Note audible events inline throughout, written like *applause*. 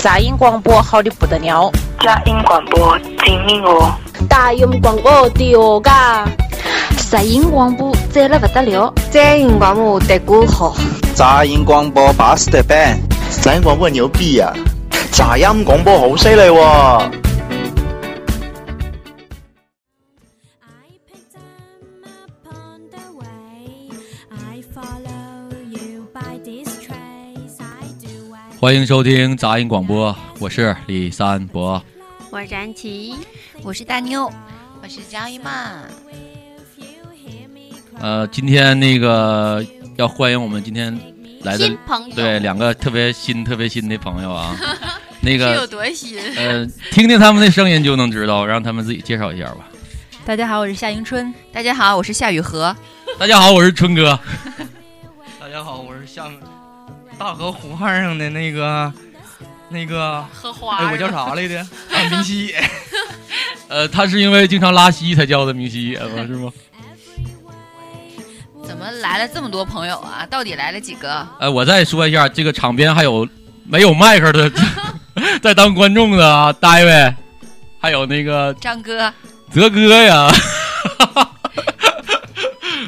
杂音广播好的不得了，佳音广播精明哦，大音广播第二家，杂音广播赞了不得了，杂音广播得过好，杂音广播巴适的板，杂音广播牛逼啊！杂音广播好犀利喎！欢迎收听杂音广播，我是李三博，我是安琪，我是大妞，我是江一曼。呃，今天那个要欢迎我们今天来的对两个特别新、特别新的朋友 *laughs* 啊，那个有多新？呃，听听他们的声音就能知道，让他们自己介绍一下吧。大家好，我是夏迎春。大家好，我是夏雨荷。大家好，我是春哥。 *laughs* 大家好，我是夏。大河湖畔上的那个，那个荷花，哎，我叫啥 *laughs* 来着？啊，明西野。呃，他是因为经常拉稀才叫的明西野吗？*laughs* 是吗？怎么来了这么多朋友啊？到底来了几个？哎、呃，我再说一下，这个场边还有没有麦 *laughs* 克的，在当观众的啊，David，还有那个张哥、泽哥呀。 *laughs*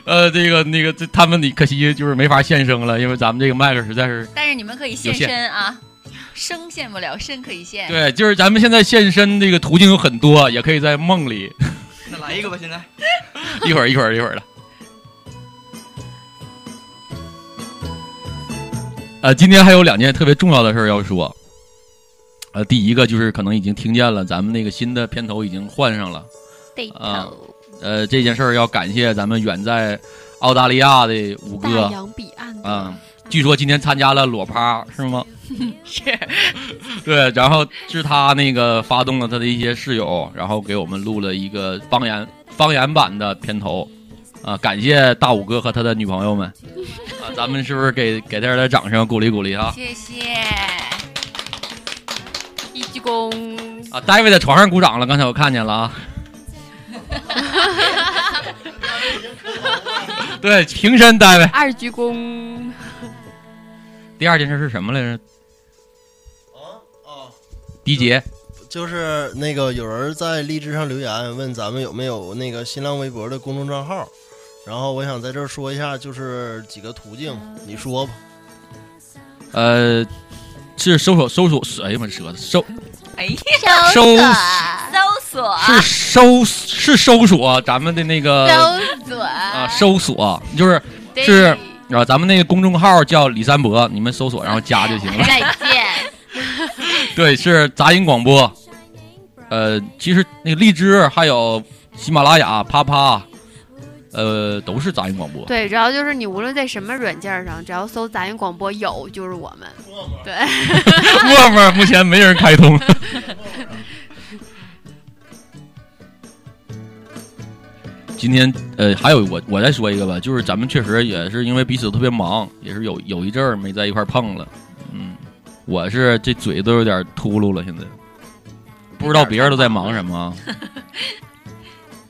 呃，这个那个，这他们你可惜就是没法现身了，因为咱们这个麦克实在是。但是你们可以现身啊，声现不了，身可以现。对，就是咱们现在现身这个途径有很多，也可以在梦里。 *laughs* 那来一个吧，现在。 *laughs* 一会儿，一会儿，一会儿的。呃，今天还有两件特别重要的事儿要说。呃，第一个就是可能已经听见了，咱们那个新的片头已经换上了。对头。呃呃，这件事儿要感谢咱们远在澳大利亚的五哥，大洋彼岸啊、嗯，据说今天参加了裸趴是吗？是，对，然后是他那个发动了他的一些室友，然后给我们录了一个方言方言版的片头，啊、呃，感谢大五哥和他的女朋友们，啊，咱们是不是给给点点掌声鼓励鼓励啊？谢谢，一鞠躬。啊，David 在床上鼓掌了，刚才我看见了啊。 *laughs* 对，平身单位。二鞠躬。第二件事是什么来着？啊啊！迪杰，就是那个有人在荔枝上留言问咱们有没有那个新浪微博的公众账号，然后我想在这儿说一下，就是几个途径，嗯你说吧。呃，是搜索搜索，哎呀妈，舌头搜。哎呀，搜啊搜索是搜是搜索咱们的那个搜索啊，搜索就是是啊，咱们那个公众号叫李三博，你们搜索然后加就行了。再见。 *laughs* 对，是杂音广播。呃，其实那个荔枝还有喜马拉雅、啪啪，呃，都是杂音广播。对，然后就是你无论在什么软件上，只要搜杂音广播有，就是我 *laughs* 们。对，陌陌啊目前没人开通。 *laughs* 今天呃，还有我我再说一个吧，就是咱们确实也是因为彼此特别忙，也是有有一阵儿没在一块碰了。嗯，我是这嘴都有点秃噜了，现在不知道别人都在忙什么。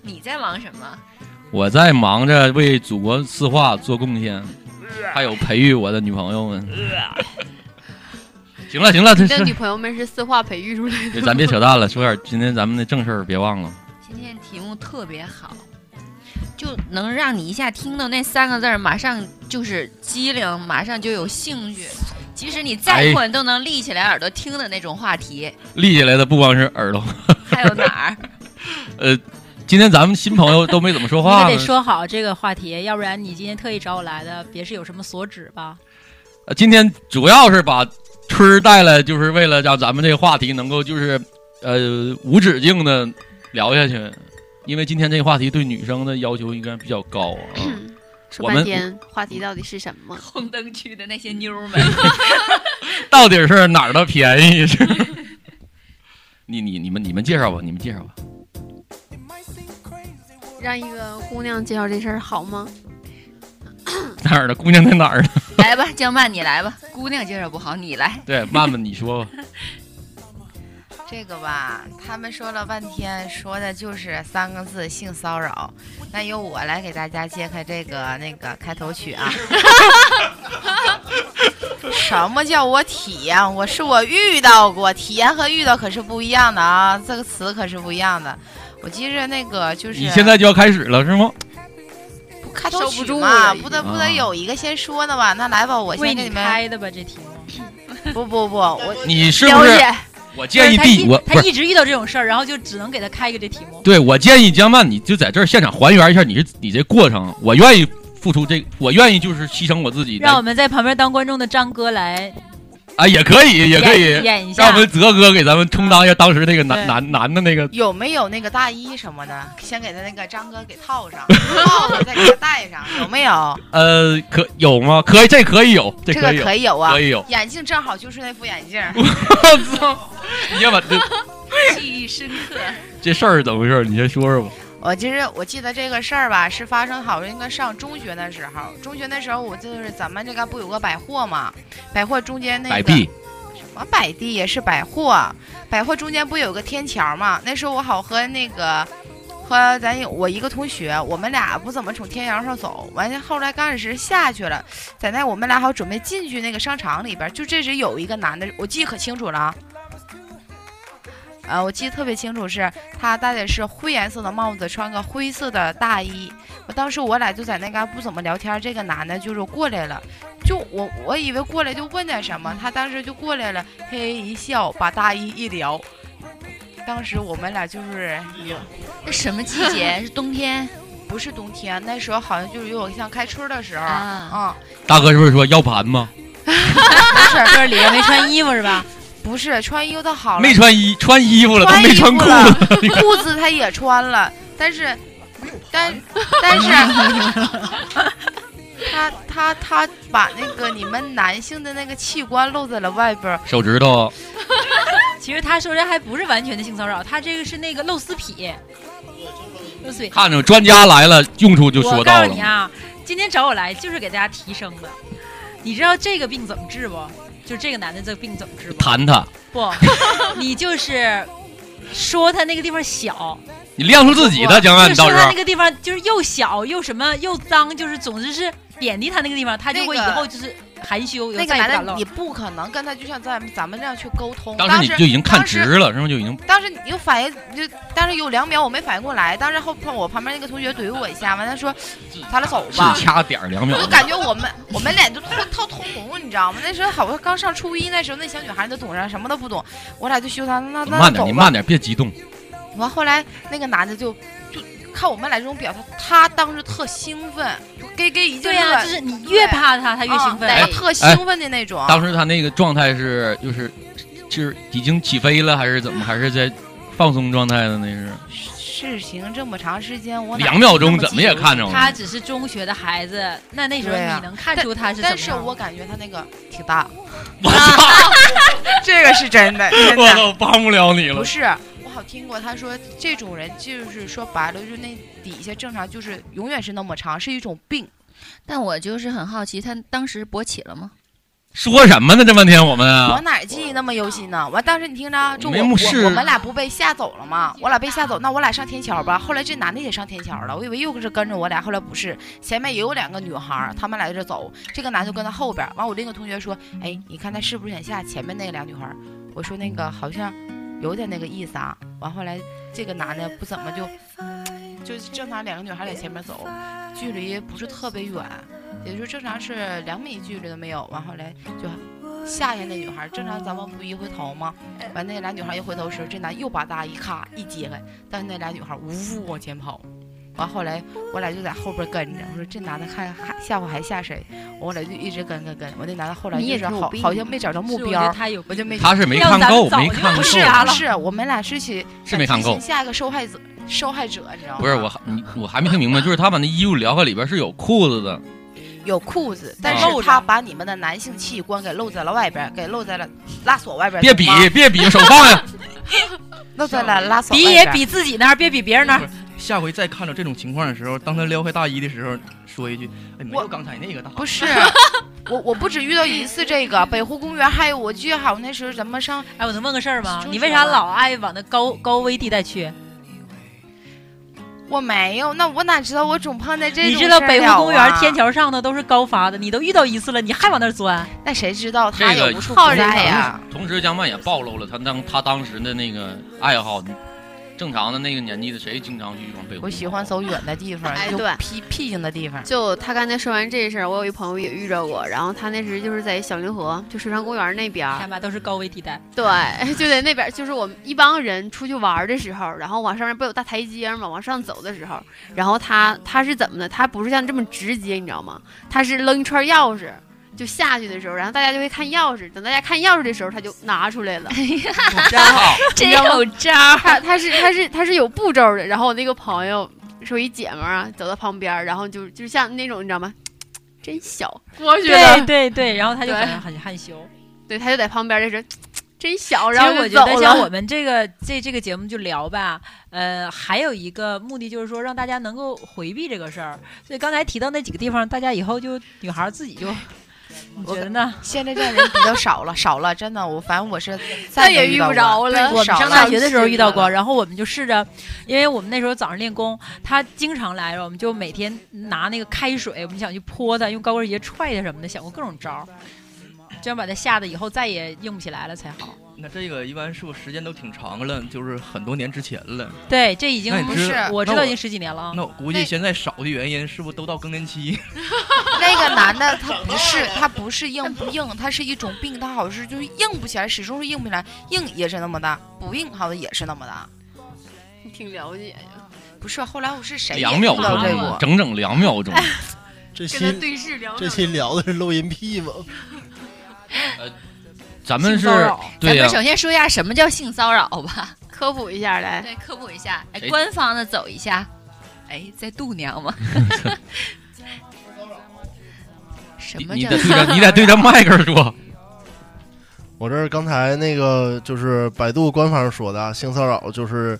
你在忙什么？我在忙着为祖国四化做贡献，还有培育我的女朋友们。 *laughs* 行了行了，你的女朋友们是四化培育出来 *laughs* 的。咱别扯淡了，说点今天咱们的正事儿，别忘了。今天题目特别好，就能让你一下听到那三个字儿，马上就是机灵，马上就有兴趣。即使你再困，都能立起来耳朵听的那种话题。立起来的不光是耳朵，还有哪 *laughs* 儿？呃。今天咱们新朋友都没怎么说话， *laughs* 你得说好这个话题，要不然你今天特意找我来的，别是有什么所指吧？呃，今天主要是把春儿带来，就是为了让咱们这个话题能够就是呃无止境的聊下去，因为今天这个话题对女生的要求应该比较高啊。 *clears throat* 嗯、说半天话题到底是什么？ *laughs* 红灯区的那些妞 *laughs* 们，到底是哪儿的便宜？是？ *laughs* 你你你们你们介绍吧，你们介绍吧。让一个姑娘介绍这事儿好吗？嗯 *laughs* 哪儿的姑娘在哪儿呢？来吧，江曼，你来吧。姑娘介绍不好，你来。对，曼曼，你说吧。这个吧，他们说了半天，说的就是三个字性骚扰。那由我来给大家揭开这个那个开头 *laughs* 曲啊。什么叫我体验？我是我遇到过，体验和遇到可是不一样的啊，这个词可是不一样的。我记着那个就是你现在就要开始了是吗？不开头收曲不住嘛，了已不得经不得啊有一个先说的吧？那来吧，我为先给你们开的吧，这题目。不不不，我你是不是了解？我建议他第一我他不一是，直遇到这种事儿，然后就只能给他开一个这题目。对我建议江曼，你就在这儿现场还原一下你是你这过程，我愿意付出这，我愿意就是牺牲我自己来让我们在旁边当观众的张哥来啊，也可以，也可以演演一下啊让我们泽哥给咱们充当一下当时那个对男男男的那个有没有那个大衣什么的？先给他那个张哥给套上，套上再给他戴上，有没有？呃，可有吗？可以，这可以有，这可个以有，可以有啊，可以有。眼镜正好就是那副眼镜，我操！你先把这 *laughs* 记忆深刻。这事儿是怎么回事？你先说说吧。我其实我记得这个事儿吧，是发生好像应该上中学的时候。中学那时候我就是咱们这嘎不有个百货嘛，百货中间那个摆臂，什么摆地也是百货，百货中间不有个天桥嘛？那时候我好和那个和咱有我一个同学，我们俩不怎么从天桥上走，完了后来刚开始下去了，在那我们俩好准备进去那个商场里边，就这时有一个男的，我记得可清楚了啊。呃，我记得特别清楚是，他戴的是灰颜色的帽子，穿个灰色的大衣。我当时我俩就在那嘎不怎么聊天，这个男的就是过来了，就我我以为过来就问点什么，他当时就过来了，嘿嘿一笑，把大衣一撩。当时我们俩就是那什么季节？是冬天？不是冬天，那时候好像就是有点像开春的时候， *laughs* 啊嗯，大哥是不是说要盘吗？不是这里也没穿衣服是吧？不是，穿衣服倒好了，没穿衣，穿衣服了，都穿没衣服穿裤子。 *laughs* 你看裤子他也穿了，但是，但但是， *laughs* 他他他把那个你们男性的那个器官露在了外边儿，手指头， *laughs* 其实他说这还不是完全的性骚扰，他这个是那个露丝匹，露丝匹。看着专家来了，用处就说我告到诉你了。啊，今天找我来就是给大家提升的。你知道这个病怎么治不？就这个男的这个病怎么治不？弹他，不，你就是说他那个地方小，你亮出自己的就江岸，是你说到时他那候个地方就是又小又什么又脏，就是总之是贬低他那个地方，他就会以后就是含羞，那又再也不个男敢的露你。不可能跟他就像咱咱们这样去沟通，当时时你就已经看当直时了，是吗？就已经当时你就反应，就当时有两秒我没反应过来，当时后我旁边那个同学怼我一下，完他说，咱俩走嗯是吧，掐点儿两秒我就。感觉我们我们俩就套套通红，你知道吗？那时候好像刚上初一，那时候那小女孩都懂啥，什么都不懂，我俩就羞她，那那你那慢走点，吧。你慢点，别激动。完后来那个男的就就看我们俩这种表情，他当时特兴奋，就给给一劲对热，呀、就是你越怕他，他越兴奋。对啊特兴奋的那种。哎当时他那个状态是，就是就是已经起飞了，还是怎么？还是在放松状态的？那是事情这么长时间，我哪两秒钟怎么也看着我。他只是中学的孩子，那那时候对啊你能看出他是怎么但样是的我感觉他那个挺大，我操！这个是真的，真我的。操，帮不了你了。不是，我好听过他说这种人就是说白了，就是那底下正常就是永远是那么长，是一种病。但我就是很好奇，他当时勃起了吗？说什么呢？这半天我们我啊，哪儿记那么忧心呢？完，当时你听着啊，就我没目视我我们俩不被吓走了吗？我俩被吓走，那我俩上天桥吧。后来这男的也上天桥了，我以为又是跟着我俩，后来不是，前面也有两个女孩儿，他们俩在这走，这个男的就跟他后边儿。完，我另一个同学说，哎，你看他是不是想吓前面那俩女孩儿？我说那个好像有点那个意思啊。完，后来这个男的不怎么就。就是正常两个女孩在前面走，距离不是特别远，也就正常是两米距离都没有。完后来就吓吓那女孩，正常咱们不一回头吗？完那俩女孩一回头时，这男又把大衣咔一揭开，但是那俩女孩呜往前跑。完后来我俩就在后边跟着，我说这男的看还吓唬还吓谁？我俩就一直跟跟跟。我那男的后来你也就是有好病好像没找着目是我觉标得，他有我就没他是没看够，没看够。不是啊不是，我们俩是去是没看够想提醒下一个受害者受害者，你知道吗？不是我还，你我还没听明白，就是他把那衣服撩开，里边是有裤子的。有裤子，但是他把你们的男性器官给露在了外边儿，给露在了拉锁外边儿。别比懂吗，别比，手放下。露在了拉锁外比边也儿。比自己那儿，别比别人那儿。下回再 *laughs* 看到这种情况的时候，当他撩开大衣的时候，说一句：“哎，没有刚才那个大。”不是，我我不止遇到一次这个，北湖公园还有我记得还有那时候咱们上，哎，我能问个事儿吗你为啥老爱往那高高危地带去？我没有，那我哪知道我总碰见这种你知道事儿北湖了公园啊天桥上的都是高发的，你都遇到一次了，你还往那儿钻？那谁知道这个好人呀！ *laughs* 同时，江曼也暴露了他当他当时的那个爱好。正常的那个年纪的谁经常去往北湖？我喜欢走远的地方，哎就对僻僻静的地方。就他刚才说完这事儿，我有一朋友也遇着过，然后他那时就是在小凌河，就水上公园那边儿，他妈哎都是高危地带。对， *laughs* 就在那边儿，就是我们一帮人出去玩儿的时候，然后往上面不有大台阶儿嘛，往上走的时候，然后他他是怎么的？他不是像这么直接，你知道吗？他是扔一串钥匙。就下去的时候，然后大家就会看钥匙。等大家看钥匙的时候，他就拿出来了。 *laughs* 然后真你知道吗有招儿他他是他是他是有步骤的。然后我那个朋友是我一姐们儿啊，走到旁边儿，然后就就像那种你知道吗？真小，过去了。对哎对嗯对，然后他就对很很害羞。对，他就在旁边儿在这真小，其然后实我就觉得走像了我们这个这这个节目就聊吧，呃，还有一个目的就是说让大家能够回避这个事儿。所以刚才提到那几个地方，大家以后就女孩儿自己就，你觉得呢？现在这样人比较少了，少了，真的，我反正我是再再没遇到过对我们少上了大学的时候遇到过，*laughs* 了然后我们就试着，因为我们那时候早上练功，他经常来，我们就每天拿那个开水，我们想去泼他，用高跟鞋踹他什么的，想过各种招儿，这样把他吓得以后再也硬不起来了才好。那这个一般是我时间都挺长了，就是很多年之前了。对，这已经那你知我知那道已经十几年了啊。那我估计现在少的原因是不是都到更年期？那个男的他不是他不是硬不硬，他是一种病，他好像是就是硬不起来，始终是硬不起来，硬也是那么大，不硬好像也是那么大。你挺了解呀。不是，后来我是谁也两秒遇到这钟个，，整整两秒 *laughs* 钟。这跟期他对视两秒这期聊的是录音癖吗？ *laughs* 咱们是性骚扰对咱呀们、首先说一下什么叫性骚扰吧，科普一下来。对，科普一下，哎，谁官方的走一下，哎，在度 *laughs* 娘吗？什么你叫得 *laughs* 对着你得对着麦克说，我这儿刚才那个就是百度官方说的啊，性骚扰就是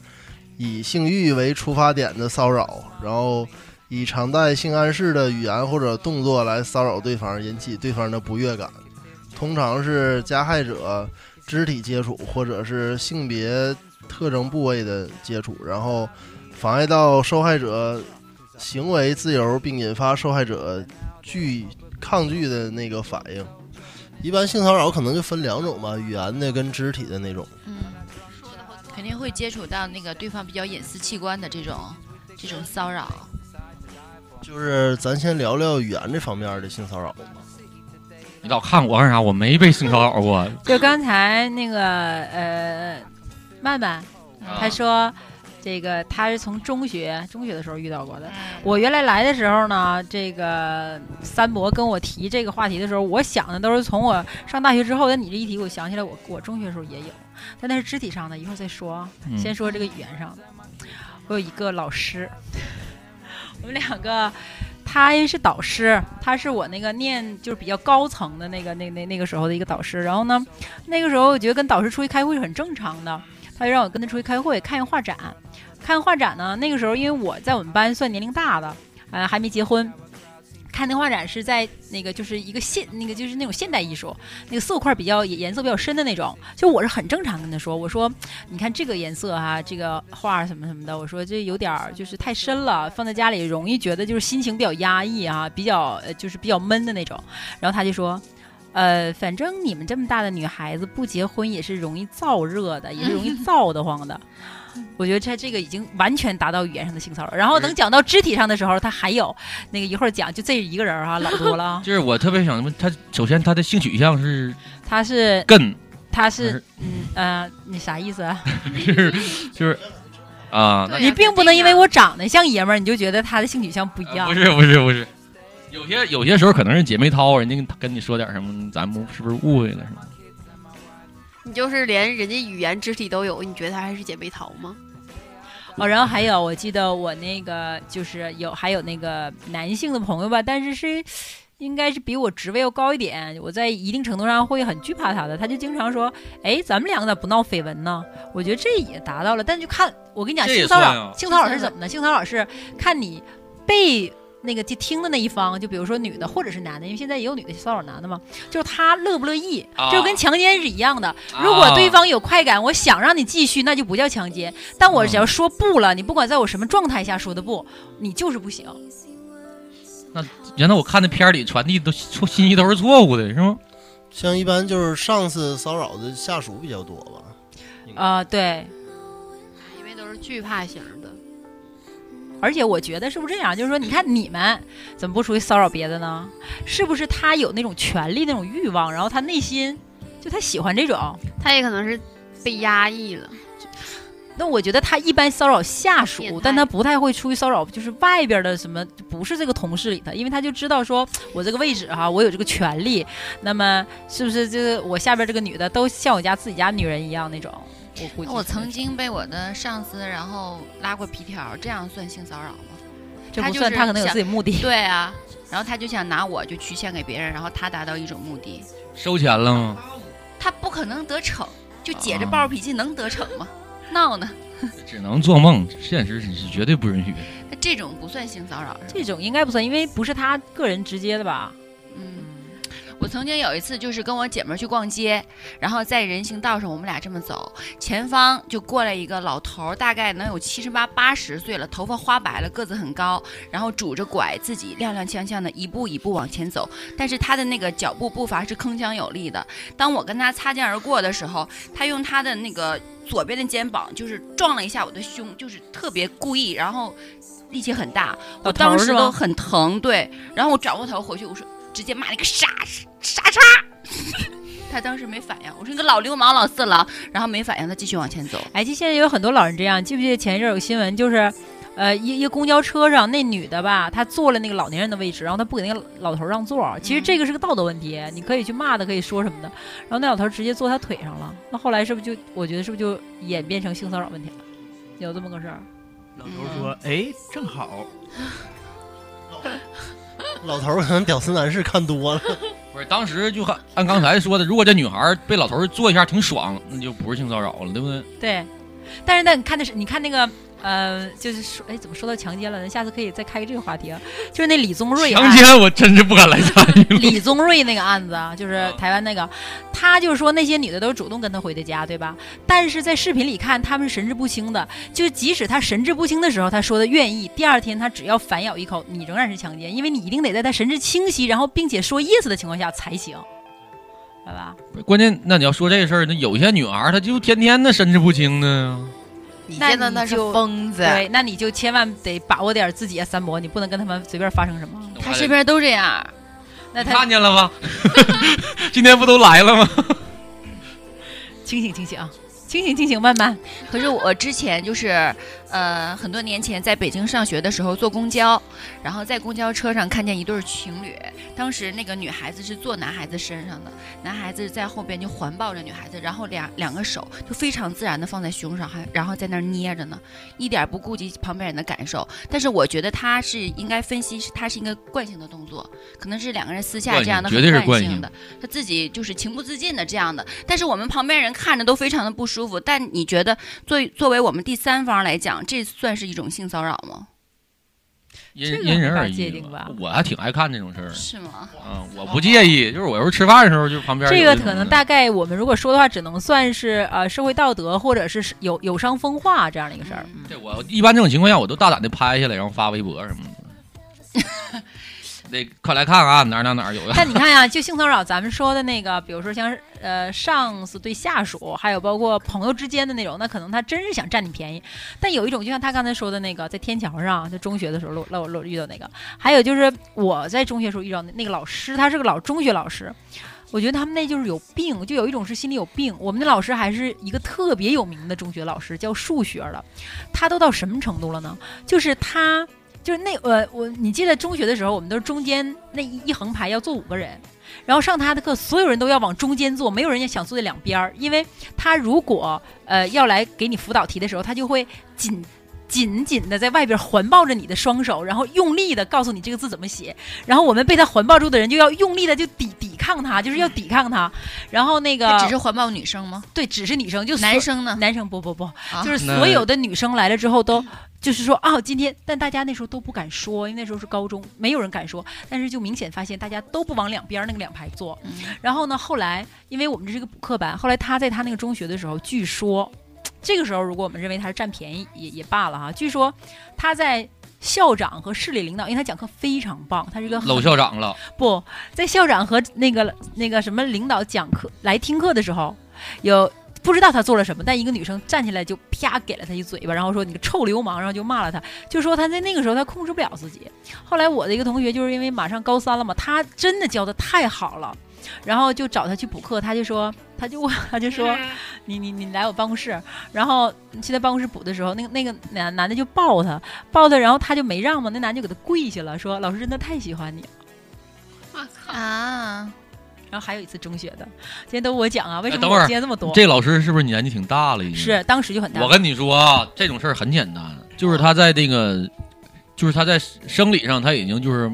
以性欲为出发点的骚扰，然后以常带性暗示的语言或者动作来骚扰对方，引起对方的不悦感。通常是加害者肢体接触或者是性别特征部位的接触，然后妨碍到受害者行为自由，并引发受害者拒抗拒的那个反应。一般性骚扰可能就分两种吧，语言的跟肢体的那种。肯定会接触到那个对方比较隐私器官的这种这种骚扰。就是咱先聊聊语言这方面的性骚扰吧。你老看我干啥？我没被性骚扰过。。就刚才那个呃，曼曼，她说这个她是从中学中学的时候遇到过的。嗯我原来来的时候呢，这个三伯跟我提这个话题的时候，我想的都是从我上大学之后。但你这一提，我想起来我我中学的时候也有，但那是肢体上的，一会儿再说啊。嗯先说这个语言上的，我有一个老师，我们两个。他因为是导师，他是我那个念就是比较高层的那个那那那个时候的一个导师。然后呢，那个时候我觉得跟导师出去开会是很正常的，他就让我跟他出去开会，看画展。看画展呢，那个时候因为我在我们班算年龄大的，呃，还没结婚。看那画展是在那个就是一个现那个就是那种现代艺术，那个色块比较颜色比较深的那种。就我是很正常跟他说，我说你看这个颜色哈、这个画什么什么的，我说这有点儿就是太深了，放在家里容易觉得就是心情比较压抑啊，比较呃就是比较闷的那种。然后他就说，呃，反正你们这么大的女孩子不结婚也是容易燥热的，也是容易燥得慌的。我觉得他这个已经完全达到语言上的性骚扰，然后等讲到肢体上的时候，他还有那个一会儿讲，就这一个人儿啊，老多了啊就是我特别想问他，首先他的性取向是他是更呃他是嗯呃，你啥意思啊？是 *laughs* 就是啊，那你并不能因为我长得像爷们儿，你就觉得他的性取向不一样。不是不是不是，有些有些时候可能是姐妹掏，人家跟你说点什么，咱们是不是误会了？是吗？你就是连人家语言、肢体都有，你觉得他还是姐妹淘吗？哦，然后还有，我记得我那个就是有还有那个男性的朋友吧，但是是应该是比我职位要高一点，我在一定程度上会很惧怕他的。他就经常说：“哎，咱们两个咋不闹绯闻呢？”我觉得这也达到了，但就看我跟你讲，这也性骚算扰，啊性骚扰是怎么呢？性骚扰是看你被那个就听的那一方，就比如说女的或者是男的，因为现在也有女的骚扰男的嘛，就是他乐不乐意，啊就跟强奸是一样的。如果对方有快感，我想让你继续，那就不叫强奸。但我嗯只要说不了，你不管在我什么状态下说的不，你就是不行。原来我看的片儿里传递都错信息都是错误的，是吗？像一般就是上司骚扰的下属比较多吧。啊、对，因为都是惧怕型的。而且我觉得是不是这样？就是说，你看你们怎么不出去骚扰别的呢？是不是他有那种权利、那种欲望，然后他内心就他喜欢这种？他也可能是被压抑了。那我觉得他一般骚扰下属，但他不太会出去骚扰，就是外边的什么，不是这个同事里的，因为他就知道说我这个位置哈、我有这个权利，那么是不是就是我下边这个女的都像我家自己家女人一样那种？我估计我曾经被我的上司然后拉过皮条，这样算性骚扰吗？这他不就算是他可能有想自己目的 *laughs* 对啊，然后他就想拿我就曲线给别人，然后他达到一种目的，收钱了吗？他不可能得逞，就哦姐这暴脾气能得逞吗？闹呢，只能做梦，现实是绝对不允许的。那这种不算性骚扰。这种应该不算，因为不是他个人直接的吧？嗯我曾经有一次就是跟我姐们儿去逛街，然后在人行道上我们俩这么走，前方就过来一个老头儿，大概能有七十八八十岁了，头发花白了，个子很高，然后拄着拐，自己踉踉跄跄的一步一步往前走，但是他的那个脚步步伐是铿锵有力的。当我跟他擦肩而过的时候，他用他的那个左边的肩膀就是撞了一下我的胸，就是特别故意，然后力气很大，我老头儿当时是吗都很疼，对，然后我转过头回去，我说直接骂那个傻傻叉。 *laughs* 他当时没反应，我说你个老流氓、老色狼，然后没反应，他继续往前走。哎，就现在有很多老人这样，记不记得前一阵儿有新闻，就是，呃，一一个公交车上那女的吧，她坐了那个老年人的位置，然后她不给那个老头儿让座儿。其实这个是个道德问题，你可以去骂他，可以说什么的。然后那老头儿直接坐他腿上了，那后来是不是就，我觉得是不是就演变成性骚扰问题了？有这么个事儿？老头儿嗯说：“哎，正好，老头儿可能屌丝男士看多了，不是，当时就按按刚才说的，如果这女孩儿被老头儿做一下挺爽，那就不是性骚扰了，对不对？对，但是那你看的是，你看那个。呃，就是说，哎，怎么说到强奸了？咱下次可以再开个这个话题啊。就是那李宗瑞啊案强奸我真是不敢来参 *laughs* 与了。李宗瑞那个案子啊， *laughs* 就是台湾那个，他就说那些女的都是主动跟他回的家，对吧？但是在视频里看，他们是神志不清的，就即使他神志不清的时候，他说的愿意，第二天他只要反咬一口，你仍然是强奸，因为你一定得在他神志清晰，然后并且说 yes 的情况下才行，好吧？关键，那你要说这事儿，那有些女孩儿她就天天的神志不清呢。你那见到那是就疯子对，那你就千万得把握点自己啊，三伯，你不能跟他们随便发生什么。哎他身边都这样，那他看见了吧？ *laughs* 今天不都来了吗？清醒清醒啊，清醒清醒，慢慢。可是我之前就是，呃，很多年前在北京上学的时候坐公交，然后在公交车上看见一对儿情侣，当时那个女孩子是坐男孩子身上的，男孩子在后边就环抱着女孩子，然后两两个手就非常自然的放在胸上，还然后在那儿捏着呢，一点儿不顾及旁边人的感受。但是我觉得他是应该分析是他是应该惯性的动作，可能是两个人私下惯这样性嗯的绝对是很惯惯性性的。他自己就是情不自禁的这样的，但是我们旁边人看着都非常的不舒服。但你觉得作为作为我们第三方来讲，这算是一种性骚扰吗？因这个因人很难而界异定吧。我还挺爱看这种事儿，是吗？嗯，我不介意，就是我有时候吃饭的时候，就旁边这有个种可能的大概我们如果说的话，只能算是呃社会道德或者是有有伤风化这样的一个事嗯儿。对我一般这种情况下，我都大胆的拍下来，然后发微博什么的。 *laughs* 得快来看啊，哪儿哪儿哪儿有的。但你看呀、就性骚扰，咱们说的那个，比如说像是呃上司对下属，还有包括朋友之间的那种，那可能他真是想占你便宜。但有一种，就像他刚才说的那个，在天桥上，就中学的时候漏漏漏遇到那个，还有就是我在中学时候遇到那那个老师，他是个老中学老师。我觉得他们那就是有病，就有一种是心里有病。我们的老师还是一个特别有名的中学老师，叫数学的，他都到什么程度了呢？就是他，就是那呃，我你记得中学的时候，我们都是中间那一一横排要坐五个人，然后上他的课，所有人都要往中间坐，没有人家想坐在两边儿，因为他如果呃要来给你辅导题的时候，他就会紧。紧紧的在外边环抱着你的双手，然后用力的告诉你这个字怎么写，然后我们被他环抱住的人就要用力的就抵抵抗他，就是要抵抗他。然后那个他只是环抱女生吗？对，只是女生，就男生呢？男生不不不，啊就是那所有的女生来了之后都 *coughs* 就是说啊，今天，但大家那时候都不敢说，因为那时候是高中，没有人敢说。但是就明显发现大家都不往两边儿那个两排坐。嗯然后呢，后来因为我们这是个补课班，后来他在他那个中学的时候，据说 *coughs* 这个时候如果我们认为他是占便宜也也罢了哈，据说他在。校长和市里领导，因为他讲课非常棒，他是一个很搂校长了，不在校长和那个那个什么领导讲课来听课的时候，有不知道他做了什么，但一个女生站起来就啪给了他一嘴巴，然后说你个臭流氓，然后就骂了他，就说他在那个时候他控制不了自己。后来我的一个同学就是因为马上高三了嘛，他真的教的太好了。然后就找他去补课，他就说，他就他就说，嗯你你你来我办公室，然后去他办公室补的时候，那个那个男男的就抱他，抱他，然后他就没让嘛，那男的就给他跪下了，说老师真的太喜欢你了。我靠啊！然后还有一次中学的，今天都我讲啊，为什哎么等会我儿今天这么多？这老师是不是年纪挺大了？已经是当时就很大。我跟你说啊，这种事儿很简单，就是他在那个，就是他在生理上他已经就是，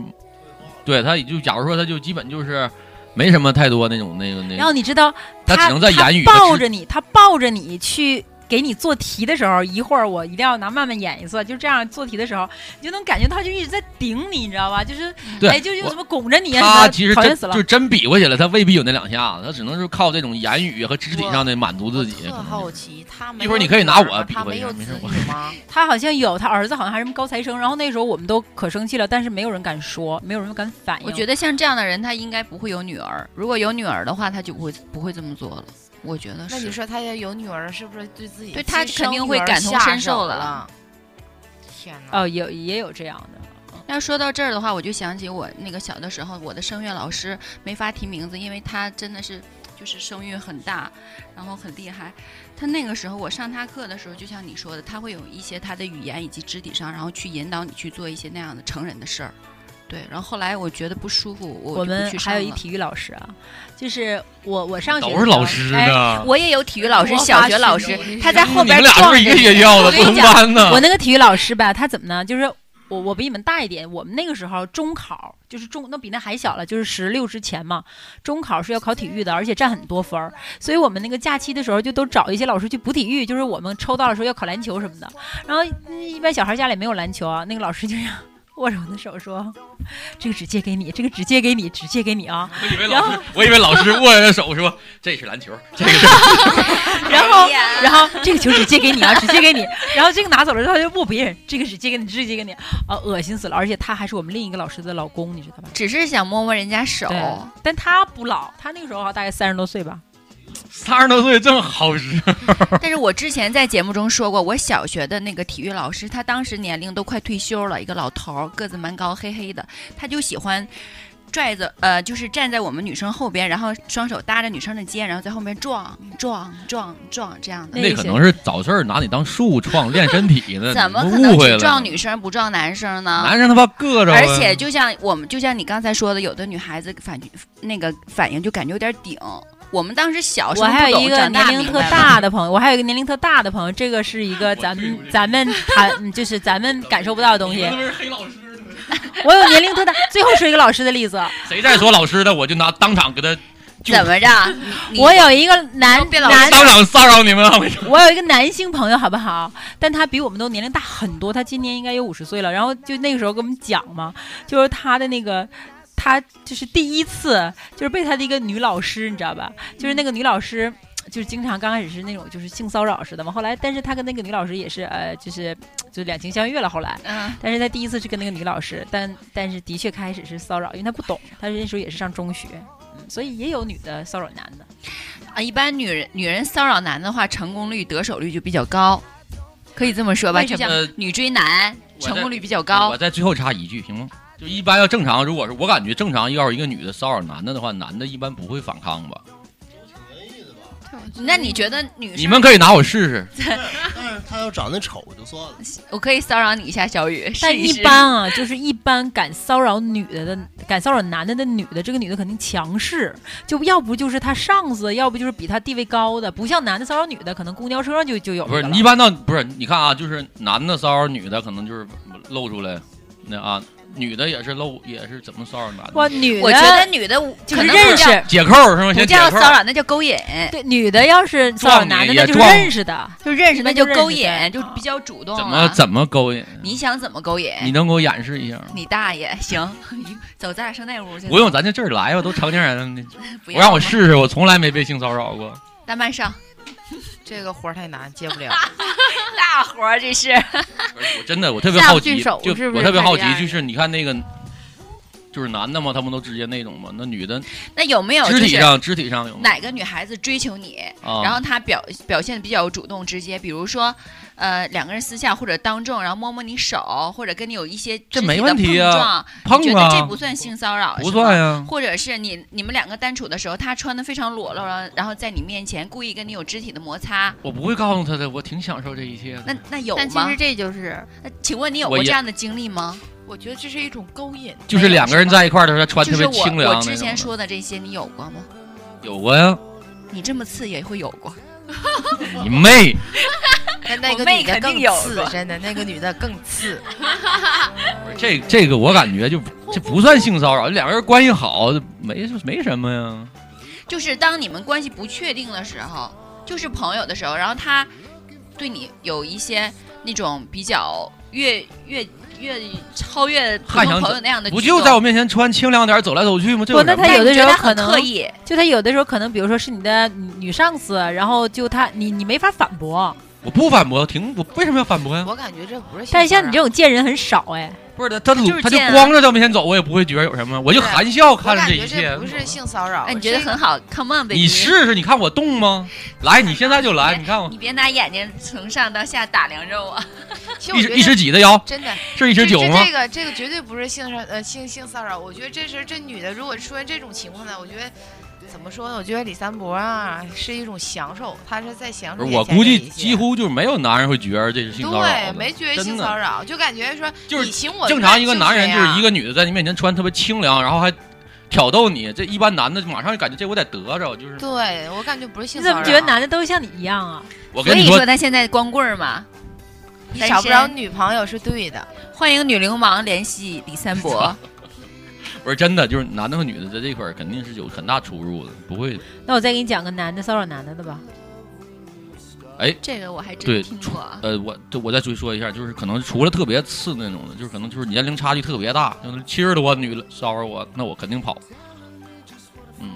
对他也就假如说他就基本就是没什么太多那种那个那然后个，你知道，他只能在言语他和抱肢着你，他抱着你去给你做题的时候，一会儿我一定要拿慢慢演一次，就这样做题的时候，你就能感觉他就一直在顶你，你知道吧？就是，对哎，就就我怎么拱着你啊，他什么其实讨真厌死了就。真比划起来，他未必有那两下子，他只能是靠这种言语和肢体上的满足自己。特好奇，他没一会儿有你可以女拿儿我吗比他划一没下有没子事女我吗？他好像有，他儿子好像还是什么高材生，然后那时候我们都可生气了，但是没有人敢说，没有人敢反应。我觉得像这样的人，他应该不会有女儿。如果有女儿的话，他就不会不会这么做了。我觉得那你是。说他要有女儿，是不是对自己对他亲生肯定会女儿感同下身受了了？天哪！哦，有也有这样的，要说到这儿的话，我就想起我那个小的时候，我的声乐老师没法提名字，因为他真的是就是声乐很大，然后很厉害。他那个时候我上他课的时候，就像你说的，他会有一些他的语言以及肢体上，然后去引导你去做一些那样的成人的事儿。对，然后后来我觉得不舒服，我我就不们去上还有一了体育老师啊，就是我我上学都的是时候老师啊哎呢我也有体育老师，我小发学誓老师你，他在后边你们俩撞是不是着一个你学校的我跟你不同讲班呢啊我那个体育老师吧，他怎么呢？就是我我比你们大一点，我们那个时候中考就是中，那比那还小了，就是十六之前嘛。中考是要考体育的，而且占很多分儿，所以我们那个假期的时候就都找一些老师去补体育，就是我们抽到的时候要考篮球什么的。然后嗯一般小孩家里没有篮球啊，那个老师就这样 *laughs* 握着我的手说：“这个只借给你，这个只借给你，只借给你啊。”我以为老师，我以为老师握着手说：“这是篮球，这个是。哎然后，然后这个球只借给你啊，只借给你。然后这个拿走了之后就不别人，这个只借给你，只借给你，啊，恶心死了！而且他还是我们另一个老师的老公，你知道吧？只是想摸摸人家手，对，但他不老，他那个时候啊大概三十多岁吧。三十多岁正好时候。但是我之前在节目中说过，我小学的那个体育老师，他当时年龄都快退休了，一个老头儿，个子蛮高，黑黑的，他就喜欢。拽着呃，就是站在我们女生后边，然后双手搭着女生的肩，然后在后面撞撞撞撞这样的。那可能是早事儿拿你当树撞练身体呢， *laughs* 怎么你可们能误会只了？撞女生不撞男生呢？男生他妈硌着啊，而且就像我们，就像你刚才说的，有的女孩子反那个反应就感觉有点顶。我们当时小时我候还有一个年龄特大的，的朋友，我还有一个年龄特大的朋友，这个是一个咱们咱们谈，嗯就是咱们感受不到的东西。黑老师，我有年龄特大，最后是一个老师的例子。谁再说老师的，我就拿当场给他就怎么着？你我有一个男男当场骚扰你们啊！我 *laughs* 就我有一个男性朋友，好不好？但他比我们都年龄大很多，他今年应该有五十岁了。然后就那个时候跟我们讲嘛，就是他的那个。他就是第一次，就是被他的一个女老师，你知道吧？就是那个女老师，就是经常刚开始是那种就是性骚扰似的嘛。后来，但是他跟那个女老师也是呃，就是就两情相悦了。后来，嗯但是他第一次是跟那个女老师，但但是的确开始是骚扰，因为他不懂，他那时候也是上中学，嗯，所以也有女的骚扰男的。啊，一般女人女人骚扰男的话，成功率得手率就比较高，可以这么说吧？为什就像么女追男，呃我成在功率比较高我。在最后插一句行吗？就一般要正常，如果是我感觉正常，要是一个女的骚扰男的的话，男的一般不会反抗吧？那你觉得女生你们可以拿我试试。 *laughs* 但是他要长得丑就算了。我可以骚扰你一下，小雨。但试一一试般啊，就是一般敢骚扰女的的，敢骚扰男的的女的，这个女的肯定强势，就要不就是她上司，要不就是比她地位高的，不像男的骚扰女的，可能公交车上就就有不是，一个你了一般到不是？你看啊，就是男的骚扰女的，可能就是露出来，那啊，女的也是露，也是怎么骚扰男的？哇女的我觉得女的就是认识解扣是吗？不先解叫扣。骚扰，那叫勾引。对，女的要是骚扰撞你男的，也那就是撞认识的，就认识那那就就认识勾的引，就比较主动怎了么。怎么勾引？你想怎么勾引？你能给我演示一下吗？你大爷！行，走，咱俩上那屋去。不用，咱就这儿来吧，都成年人了。不我让我吗试试，我从来没被性骚扰过。大麦上， *laughs* 这个活儿太难，接不了。大活儿 *laughs* 这是。我真的，我特别下不好奇，去手就是不我是特别看好这奇样，就是你看那个，就是男的嘛，他们都直接那种嘛，那女的那有没有肢就体是上肢体上有吗？哪个女孩子追求你，啊然后她表表现得比较主动直接，比如说，呃，两个人私下或者当众，然后摸摸你手，或者跟你有一些肢没体的问题碰撞啊，你觉碰啊得这不算性骚扰，不是吗算啊呀或者是你你们两个单处的时候，她穿的非常裸露，然后然后在你面前故意跟你有肢体的摩擦，我不会告诉他的，我挺享受这一切的。那那有吗？ *laughs* 但其实这就是，那请问你有我过这也样的经历吗？我觉得这是一种勾引，就是两个人在一块儿的时候，他穿就特是别我清凉我那之前种。说的这些，你有过吗？有过呀，你这么刺也会有过。你妹！但那我个妹女的肯定更有次过，真的，那个女的更次。这这个我感觉就这不算性骚扰，两个人关系好没没什么呀。就是当你们关系不确定的时候，就是朋友的时候，然后他对你有一些那种比较越越越超越普还通想朋友那样的举不动，就在我面前穿清凉点儿走来走去吗？这不，有那什么他有的时候可能哦刻意，就他有的时候可能，比如说是你的女女上司，然后就他你你没法反驳，我不反驳，挺我为什么要反驳呀？我感觉这不是性骚扰，但是像你这种贱人很少哎。不是他他就是他就贱啊光着在我面前走，我也不会觉得有什么，我就含笑看着啊感这觉一切嗯这。不是性骚扰。哎，你觉得这很好，Come on baby，你试试，你看我动吗？来，你现在就哎来，你看我你别拿眼睛从上到下打量着我， *laughs* 其实我一觉尺得一尺几的腰，真的是一尺九这吗这？个这个绝对不是性骚呃性性骚扰，我觉得这是这女的如果出现这种情况呢，我觉得怎么说呢？我觉得李三博啊是一种享受，他是在享受不眼是前我的一切。估计几乎就没有男人会觉得这是性骚扰的，对没觉得性真的骚扰，就感觉说就是你行我正愿常一个男人谁就是啊一个女的在你面前穿特别清凉，然后还挑逗你，这一般男的就马上就感觉这我得得着，就是对我感觉不是你性骚怎扰。么觉得男的都像你一样啊？我所跟你以说说，他现在光棍儿嘛。你单找不身着女朋友是对的？欢迎女流氓联系李三伯，不是真的，就是男的和女的在这块儿肯定是有很大出入的，不会那我再给你讲个男的骚扰男的的吧。哎。这个我还真对听过啊。呃，我对我再追说一下，就是可能除了特别次那种的，就是可能就是年龄差距特别大，就是七十多女的骚扰我，那我肯定跑。嗯，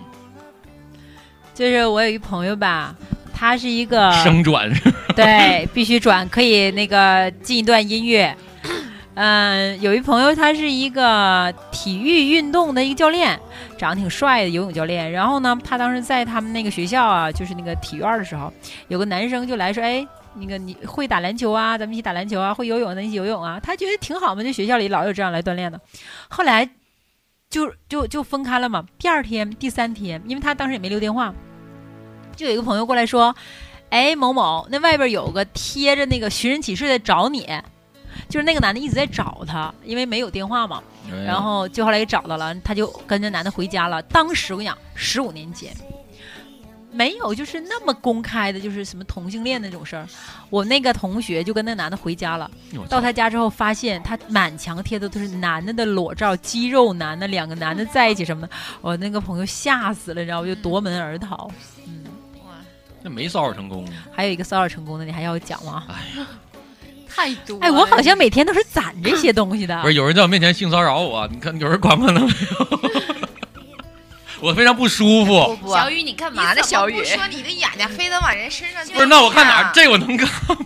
就是我有一朋友吧，他是一个生转是吧对，必须转，可以那个进一段音乐。嗯，有一朋友他是一个体育运动的一个教练，长得挺帅的游泳教练。然后呢，他当时在他们那个学校啊，就是那个体院的时候，有个男生就来说：“哎，那个你会打篮球啊？咱们一起打篮球啊？会游泳，咱一起游泳啊？”他觉得挺好嘛，这学校里老有这样来锻炼的。后来就就就分开了嘛。第二天、第三天，因为他当时也没留电话，就有一个朋友过来说：“哎，某某，那外边有个贴着那个寻人启事在找你，就是那个男的一直在找他，因为没有电话嘛，哎然后就后来给找到了，他就跟着男的回家了。当时我跟你讲，十五年前没有就是那么公开的，就是什么同性恋那种事儿。我那个同学就跟那男的回家了哎呦我，操到他家之后发现他满墙贴的都是男的的裸照，肌肉男的，两个男的在一起什么的，我那个朋友吓死了，你知道吗？就夺门而逃。嗯那没骚扰成功啊。还有一个骚扰成功的，你还要讲吗？太多哎，我好像每天都是攒这些东西的不。是有人在我面前性骚扰我，你看有人管管他没有？ *laughs* 我非常不舒服。不小雨，你干嘛呢？小雨不，说你的眼睛非得往人身 *laughs* 上不是，那我看哪儿这我能看？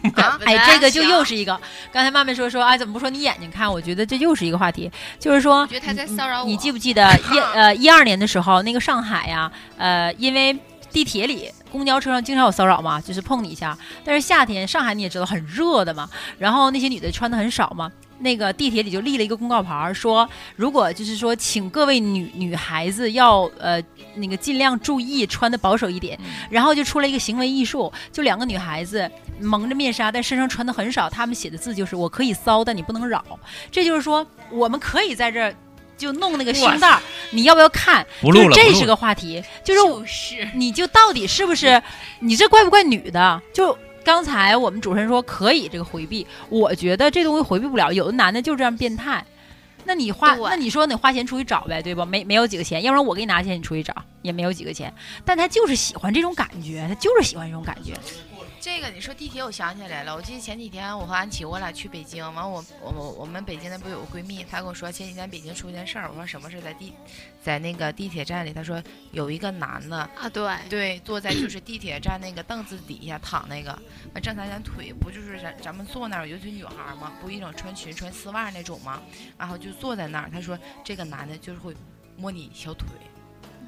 哎，这个就又是一个。刚才曼曼说说，哎，怎么不说你眼睛看？我觉得这又是一个话题，就是说，觉得他在骚扰我你记不记得一呃一二年的时候，那个上海呀、呃，因为地铁里、公交车上经常有骚扰嘛，就是碰你一下。但是夏天上海你也知道很热的嘛，然后那些女的穿的很少嘛。那个地铁里就立了一个公告牌儿，说如果就是说，请各位女女孩子要呃那个尽量注意穿的保守一点。嗯然后就出了一个行为艺术，就两个女孩子蒙着面纱，但身上穿的很少，她们写的字就是“我可以骚，但你不能扰”。这就是说，我们可以在这儿就弄那个胸带儿，你要不要看？不录就是了不这录是了个话题，就是我就是你就到底是不是你这怪不怪女的？就刚才我们主持人说可以这个回避，我觉得这东西回避不了，有的男的就这样变态。那你花，那你说得花钱出去找呗，对吧？没没有几个钱，要不然我给你拿钱，你出去找也没有几个钱。但他就是喜欢这种感觉，他就是喜欢这种感觉。这个你说地铁，我想起来了。我记得前几天我和安琪，我俩去北京，完我我我我们北京那不有个闺蜜，她跟我说前几天北京出件事儿，我说什么事儿在地，在那个地铁站里，她说有一个男的啊，对对，坐在就是地铁站那个凳子底下躺那个，完正常咱腿不就是咱咱们坐那儿，尤其女孩儿嘛，不一种穿裙穿丝袜那种嘛，然后就坐在那儿，她说这个男的就是会摸你小腿。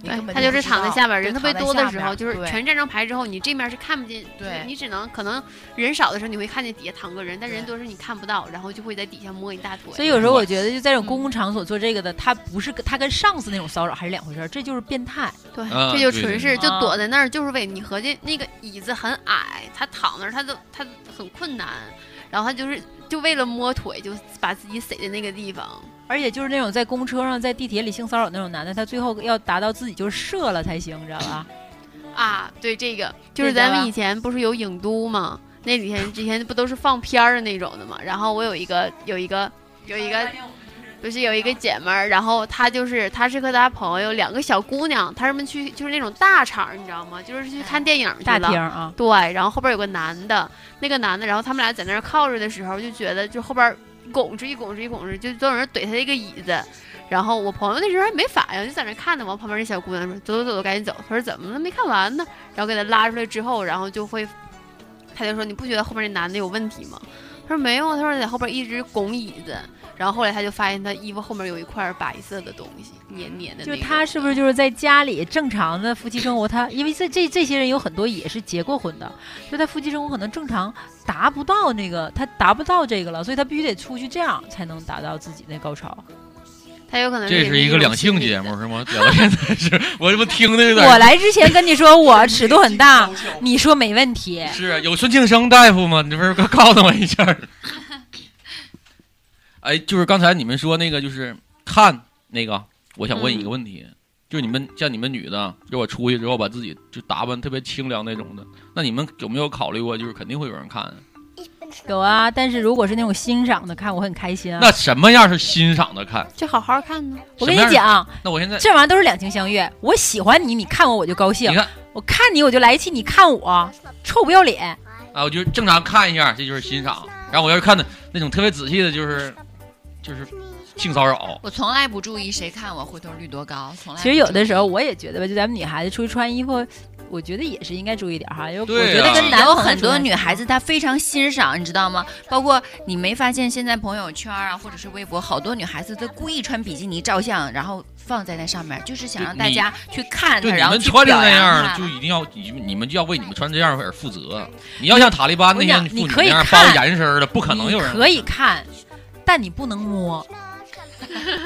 你根对，本他哎就是不知躺在道下边儿，人对特别躺在多的下时边候，儿就是对全站成排之后，你这面是看不见，对你只能可能人少的时候你会看见底下躺个人，但人多时候你看不到，然后就会在底下摸你大腿。所以有时候我觉得，就在这种公共场所做这个的，他不是跟他跟上司那种骚扰还是两回事儿，这就是变态。对啊这就对纯对是就对躲在那儿，就是为你合计那个椅子很矮，他躺那儿他都他很困难，然后他就是就为了摸腿就把自己塞在那个地方。而且就是那种在公车上、在地铁里性骚扰那种男的，他最后要达到自己就是射了才行，你知道吧？啊，对这个，就是这个咱们吧以前不是有影都吗？那几天之前不都是放片儿的那种的吗？然后我有一个有一个有一个，不是有一个姐们儿，然后她就是她是和她朋友两个小姑娘，她们去就是那种大场儿，你知道吗？就是去看电影嗯去大了。厅啊对，然后后边有个男的，那个男的，然后他们俩在那儿靠着的时候，就觉得就后边拱着一拱着一拱着，就总有人怼他一个椅子。然后我朋友那时候还没反应，就在那儿看呢。完，旁边那小姑娘说：“走走走走，赶紧走。”他说：“怎么了？没看完呢。”然后给他拉出来之后，然后就会，他就说：“你不觉得后面那男的有问题吗？”他说：“没有。”他说：“在后边一直拱椅子。”然后后来他就发现他衣服后面有一块白色的东西，黏黏的、那就个。是他是不是就是在家里正常的夫妻生活？他因为这这这些人有很多也是结过婚的，就他夫妻生活可能正常达不到那个，他达不到这个了，所以他必须得出去这样才能达到自己的高潮。他有可能这也是一一个种两性节目是吗？ *laughs* 聊到现在是，我这不听的有点。我来之前跟你说我尺度很大，你说没问题，是啊有孙庆生大夫吗？你不是告告诉我一下儿？哎，就是刚才你们说那个，就是看那个，我想问一个问题，就是你们像你们女的，就我出去之后把自己就打扮特别清凉那种的，那你们有没有考虑过，就是肯定会有人看？有啊。但是如果是那种欣赏的看，我很开心啊。那什么样是欣赏的看？就好好看呢。我跟你什么样讲，那我现在这玩意儿都是两情相悦。我喜欢你，你看我我就高兴；你看我看你我就来气，你看我臭不要脸。啊，我就正常看一下，这就是欣赏。然后我要是看的那种特别仔细的，就是就是性骚扰。我从来不注意谁看我回头率多高，从来不其实有注的意时候我也觉得吧，就咱们女孩子出去穿衣服，我觉得也是应该注意点儿哈，因为我我觉觉得得跟跟男有朋友很出多来女孩子她非常欣赏，你知道吗？包括你没发现现在朋友圈啊，或者是微博，好多女孩子都故意穿比基尼照相，然后放在那上面，就是想让大你家去看对她，你然后们去穿成表那样扬儿她就。一定要你们你们就要为你们穿这样而负责。你要像塔利班那些我跟你妇讲你女可那以样包看严身儿的，不可能有人可以看，但你不能 *laughs* 摸，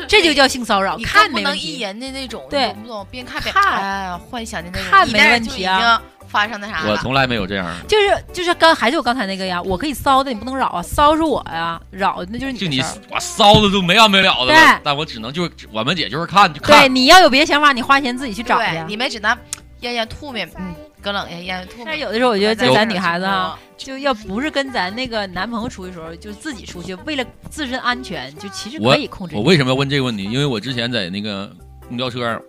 这就叫性骚扰。你看更不没问能题一人的那种，对你懂不懂？边看边看哎呀，幻想的那种，看一没代问就题已啊经发生那啥我了。从来没有这样儿。就是就是刚还是我刚才那个呀，我可以骚的，你不能扰啊，骚是我呀，扰那就是你就的你事儿我骚的都没完没了的了对，但我只能就是我们姐就是看就对，看。你要有别的想法，你花钱自己去找对，去。你们只能咽咽吐沫，嗯，搁冷下咽咽吐沫。但有的时候，我觉得在在咱女孩子啊啊，，就要不是跟咱那个男朋友出去的时候，就自己出去，为了自身安全，就其实我可以控制我。为什么要问这个问题？因为我之前在那个公交车上，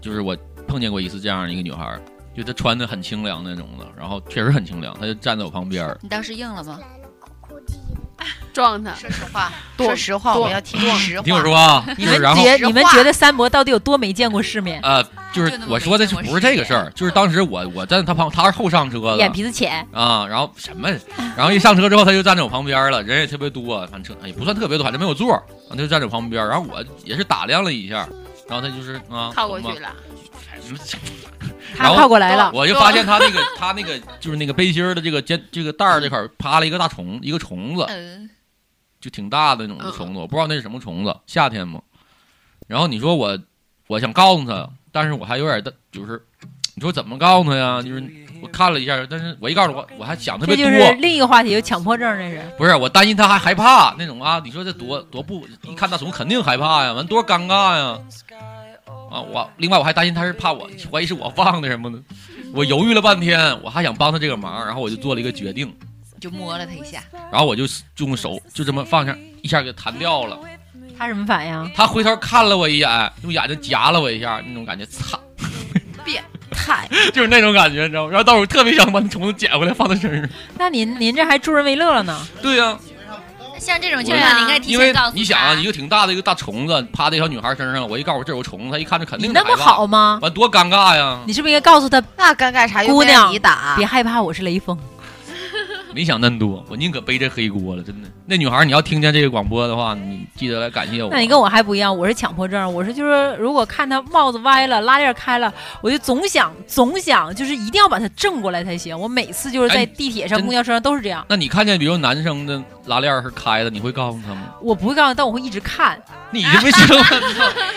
就是我碰见过一次这样一个女孩儿，就她穿的很清凉那种的，然后确实很清凉，她就站在我旁边儿。你当时硬了吗？撞他。说实话，多说实话，多我要听实话。听我说啊，你就是们然后觉你们觉得三伯到底有多没见过世面？呃，啊就是我说的是不是这个事儿？就是当时我我站他旁，他是后上车的，眼皮子浅，啊，然后什么，然后一上车之后他就站在我旁边了，人也特别多，反正哎也不算特别多，反正没有座儿，然后他就站在我旁边，然后我也是打量了一下，然后他就是啊靠过去，懂吗了，然后他靠过来了我就发现他那个他那个就是那个背心儿的这个肩这个带儿这块儿趴了一个大虫一个虫子，嗯，就挺大的那种虫子，我不知道那是什么虫子，夏天嘛。然后你说我，我想告诉他，但是我还有点的，就是你说怎么告诉他呀？就是我看了一下，但是我一告诉我，我还想特这别就是多，另一个话题，就强迫症那是。不是我担心他还害怕那种啊。你说这多多不，一看大虫肯定害怕呀，完多尴尬呀。啊，我另外我还担心他是怕我怀疑是我放的什么的，我犹豫了半天，我还想帮他这个忙，然后我就做了一个决定，就摸了她一下。然后我就用手就这么放下，一下给弹掉了，他什么反应？他回头看了我一眼，用眼睛夹了我一下，那种感觉，擦，变态！ *laughs* 就是那种感觉，你知道吗？然后到时候特别想把那虫子捡回来放他身上。那您您这还助人为乐了呢？对啊呀、像这种情况，你应该提因为前告诉你想啊，一个挺大的一个大虫子趴在小女孩身上，我一告诉我这有虫子，她一看这肯定嗯你那么好啊吗？完多尴尬呀！你是不是应该告诉他？那尴尬啥？姑娘，你打，别害怕，我是雷锋。哦没想那么多，我宁可背这黑锅了，真的。那女孩，你要听见这个广播的话，你记得来感谢我。那你跟我还不一样，我是强迫症，我是就是如果看他帽子歪了，拉链开了，我就总想总想就是一定要把它正过来才行。我每次就是在哎地铁上、真公交车上都是这样。那你看见比如男生的拉链是开的，你会告诉他吗？我不会告诉，但我会一直看。你这不行，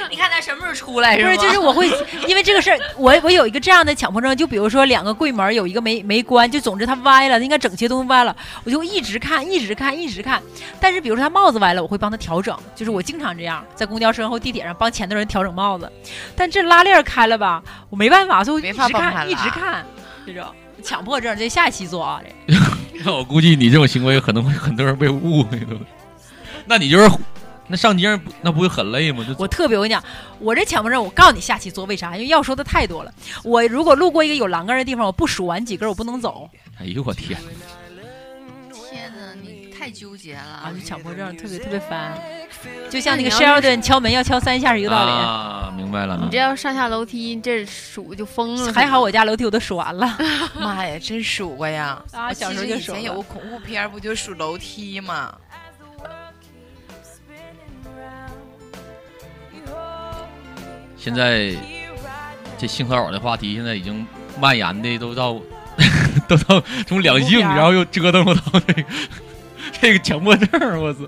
你看他什么时候出哎来不吗？是，就是 *laughs* 我会因为这个事儿，我我有一个这样的强迫症，就比如说两个柜门儿有一个没没关，就总之它歪了，应该整齐的东西歪了，我就一直看，一直看，一直看。但是比如说他帽子歪了，我会帮他调整，就是我经常这样，在公交车或地铁上帮前头人调整帽子。但这拉链儿开了吧，我没办法，所以我一直没法帮他看，一直拉看，这种强迫症，这下一期做啊，这 *laughs* 那我估计你这种行为可能会很多人被误会的。那你就是那上街上不那不会很累吗？就我特别，我跟你讲，我这强迫症，我告诉你下期做，为啥？因为要说的太多了。我如果路过一个有栏杆儿的地方，我不数完几根儿，我不能走。哎呦我天！天哪，你太纠结了啊，就强迫症特别特别烦，就像那个那你要是 Sheldon 敲门要敲三下是一个道理。啊，明白了。你嗯这要上下楼梯，这数就疯了。还好我家楼梯我都数完了。妈呀，真数过呀！啊我小啊其时候实就以数前有过个恐怖片儿，不就数楼梯吗？现在这性骚扰的话题现在已经蔓延的都到 *laughs* 都到从两性，然后又折腾到这个 *laughs* 这个强迫症，我操！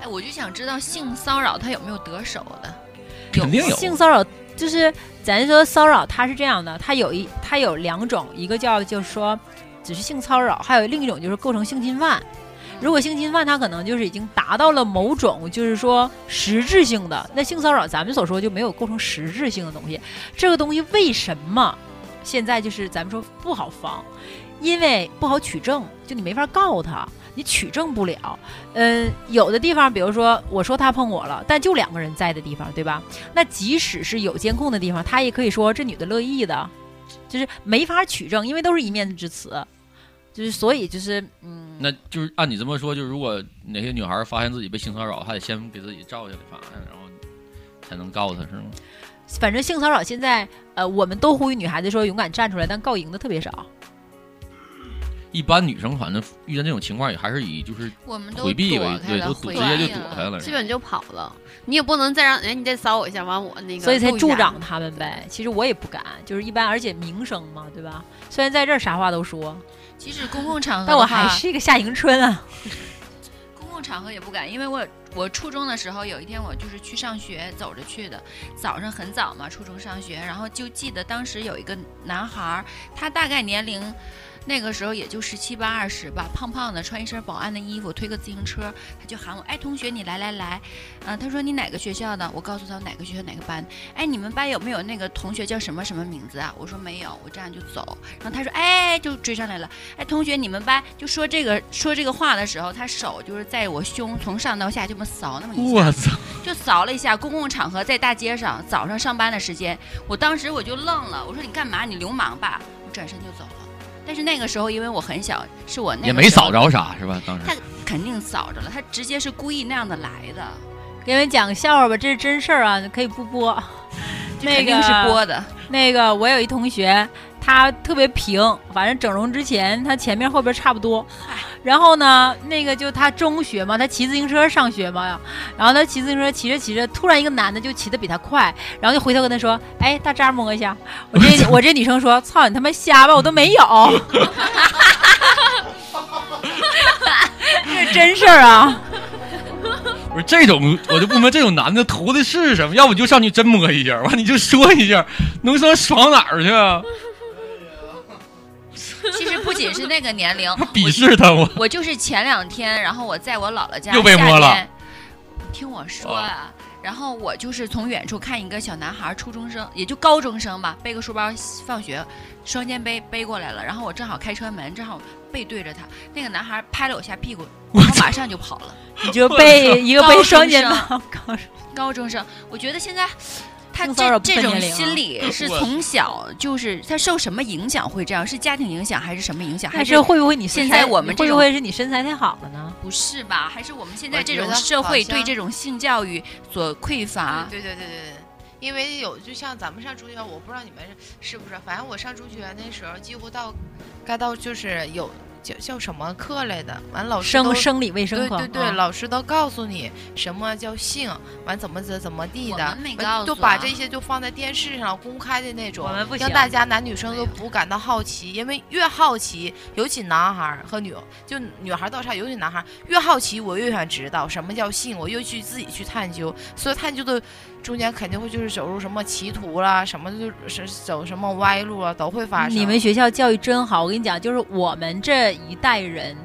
哎，我就想知道性骚扰他有没有得手的？肯定有性骚扰，就是咱说骚扰，它是这样的，它有一它有两种，一个叫就是说只是性骚扰，还有另一种就是构成性侵犯。如果性侵犯，它可能就是已经达到了某种就是说实质性的，那性骚扰咱们所说就没有构成实质性的东西。这个东西为什么现在就是咱们说不好防？因为不好取证，就你没法告他，你取证不了。嗯，有的地方，比如说我说他碰我了，但就两个人在的地方，对吧？那即使是有监控的地方，他也可以说这女的乐意的，就是没法取证，因为都是一面之词，就是所以就是嗯，那就是按你这么说，就如果哪些女孩发现自己被性骚扰，还得先给自己照下来，法然后才能告她，是吗？反正性骚扰现在呃，我们都呼吁女孩子说勇敢站出来，但告赢的特别少。一般女生反正遇见这种情况也还是以就是我们都回避躲为开对，了都回躲直接就避躲了开了。基本就跑了，你也不能再让哎，你再骚我一下，完我那个，所以才助长。他们呗。其实我也不敢，就是一般，而且名声嘛，对吧？虽然在这儿啥话都说，即使公共场合，但我还是一个夏迎春啊。公共场合也不敢，因为我我初中的时候有一天我就是去上学走着去的，早上很早嘛，初中上学，然后就记得当时有一个男孩儿，他大概年龄。那个时候也就十七八二十吧，胖胖的，穿一身保安的衣服，推个自行车，他就喊我，哎，同学，你来来来，嗯、他说你哪个学校的？我告诉他我哪个学校哪个班，哎，你们班有没有那个同学叫什么什么名字啊？我说没有，我这样就走。然后他说，哎，就追上来了。哎，同学，你们班就说这个说这个话的时候，他手就是在我胸从上到下这么扫那么一下，操！就扫了一下。公共场合在大街上，早上上班的时间，我当时我就愣了，我说你干嘛？你流氓吧！我转身就走了。但是那个时候因为我很小，是我那个也没时候扫着啥是吧？当时他肯定扫着了，他直接是故意那样的来的，给你们讲个笑话吧，这是真事儿啊，可以不 *laughs* 播。这那肯个定是播的。那个我有一同学，他特别平，反正整容之前他前面后边差不多。然后呢，那个就他中学嘛，他骑自行车上学嘛，然后他骑自行车骑着骑着，突然一个男的就骑得比他快，然后就回头跟他说：“哎，大渣摸一下。”我这我这女生说：“操你他妈瞎吧，我都没有。”这是真事儿啊！不是这种，我就不明白这种男的图的是什么？要不就上去真摸一下，完你就说一下，能说爽哪儿去啊？其实不仅是那个年龄，鄙视他 *laughs* 我。我就是前两天，然后我在我姥姥家又被摸了夏天听我说啊，然后我就是从远处看一个小男孩，初中生，也就高中生吧，背个书包放学，双肩背背过来了。然后我正好开车门，正好背对着他，那个男孩拍了我一下屁股，然后马上就跑了。你就被一个被双肩高中膀生，高中生，我觉得现在他性骚扰这不分这种年龄啊心理是我从小就是他受什么影响会这样？是家庭影响还是什么影响？还是是会不会你身现材在我们这会不种会是你身材太好了呢？不是吧？还是我们现在我这觉种得社好会像对这种性教育所匮乏？对对对对对，因为有就像咱们上中学，我不知道你们是不是，反正我上中学那时候，几乎到该到就是有叫叫什么课来的，完老师生都生理卫生对课对对，啊老师都告诉你什么叫性，完怎么怎怎么地的，们没完告就诉把啊这些就放在电视上公开的那种我们不，让行大家男女生都不感到好奇，因为越好奇，尤其男孩儿和女，就女孩儿倒差，尤其男孩儿越好奇，我越想知道什么叫性，我越去自己去探究，所以探究的中间肯定会就是走入什么歧途啦，什么就是走什么歪路啊，都会发生。你们学校教育真好，我跟你讲，就是我们这一代人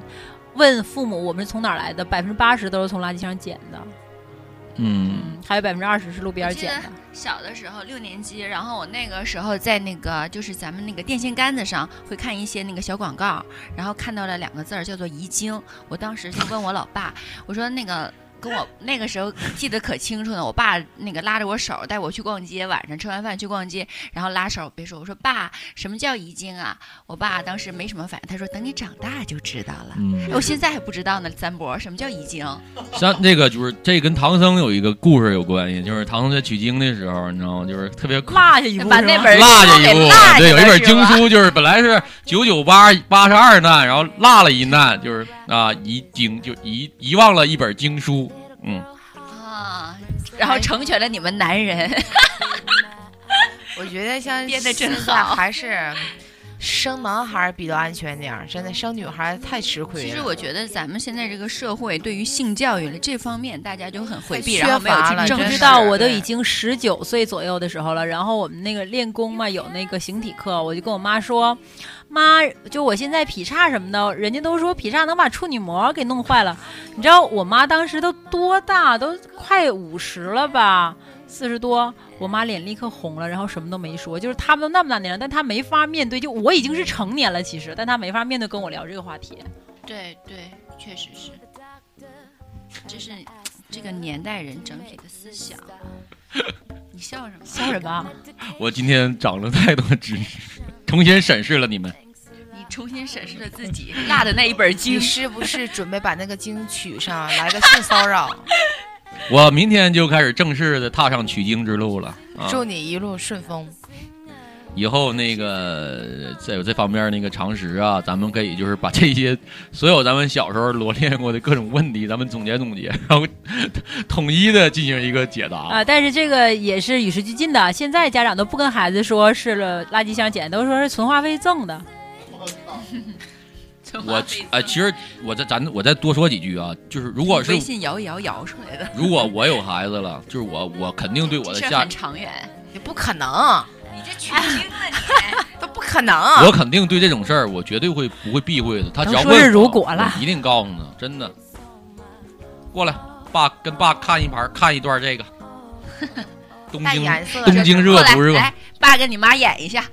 问父母我们是从哪儿来的，百分之八十都是从垃圾上捡的， *laughs* 嗯，还有百分之二十是路边我儿记捡得的。小的时候六年级，然后我那个时候在那个就是咱们那个电线杆子上会看一些那个小广告，然后看到了两个字儿叫做“遗精”，我当时就问我老爸，我说那个。 *laughs* 跟我那个时候记得可清楚呢，我爸那个拉着我手带我去逛街，晚上吃完饭去逛街，然后拉手别说，我说爸，什么叫遗精啊？我爸当时没什么反应，他说等你长大就知道了。嗯哎我现在还不知道呢，三伯什么叫遗精？像那个就是这跟唐僧有一个故事有关系，就是唐僧在取经的时候，你知道吗？就是特别落下一步把是那吧本落下一给部落分，对，下有一本是经吧书，就是本来是九九八八十二难，然后落了一难，就是啊遗经就遗遗忘了一本经书，嗯，啊，然后成全了你们男 *laughs* 人。我觉得像编得真现在好还是生男孩儿比较安全点儿，真的生女孩儿太吃亏了。其实我觉得咱们现在这个社会对于性教育的这方面，大家就很回避，缺然后没有乏去了，正你视。知道我都已经十九岁左右的时候了，然后我们那个练功嘛，有那个形体课，我就跟我妈说，妈，就我现在劈叉什么的，人家都说劈叉能把处女膜给弄坏了，你知道我妈当时都多大，都快五十了吧。四十多，我妈脸立刻红了，然后什么都没说。就是他们都那么大年龄，但她没法面对。就我已经是成年了，其实，但她没法面对跟我聊这个话题。对对，确实是，这是这个年代人整体的思想。你笑什么？笑什么？我今天长了太多知识，重新审视了你们。你重新审视了自己落的那一本经你。是不是准备把那个经取上，来个性骚扰？我明天就开始正式的踏上取经之路了啊！祝你一路顺风。以后那个在有这方面那个常识啊，咱们可以就是把这些所有咱们小时候罗列过的各种问题，咱们总结总结， *laughs* 然后统一的进行一个解答。啊，但是这个也是与时俱进的。现在家长都不跟孩子说是了垃圾箱捡，都说是存话费赠的。我呃，其实我再咱我再多说几句啊，就是如果是微信摇一摇摇出来的，如果我有孩子了，就是我我肯定对我的这事儿下很长远，你不可能，你这取经了你。都不可能。我肯定对这种事儿，我绝对会不会避讳的。他只要都说是问我如果了我一定告诉他，真的。过来，爸跟爸看一盘，看一段 *laughs* 这个。东带京颜色的东京热不热过？来，来哎爸跟你妈演一下。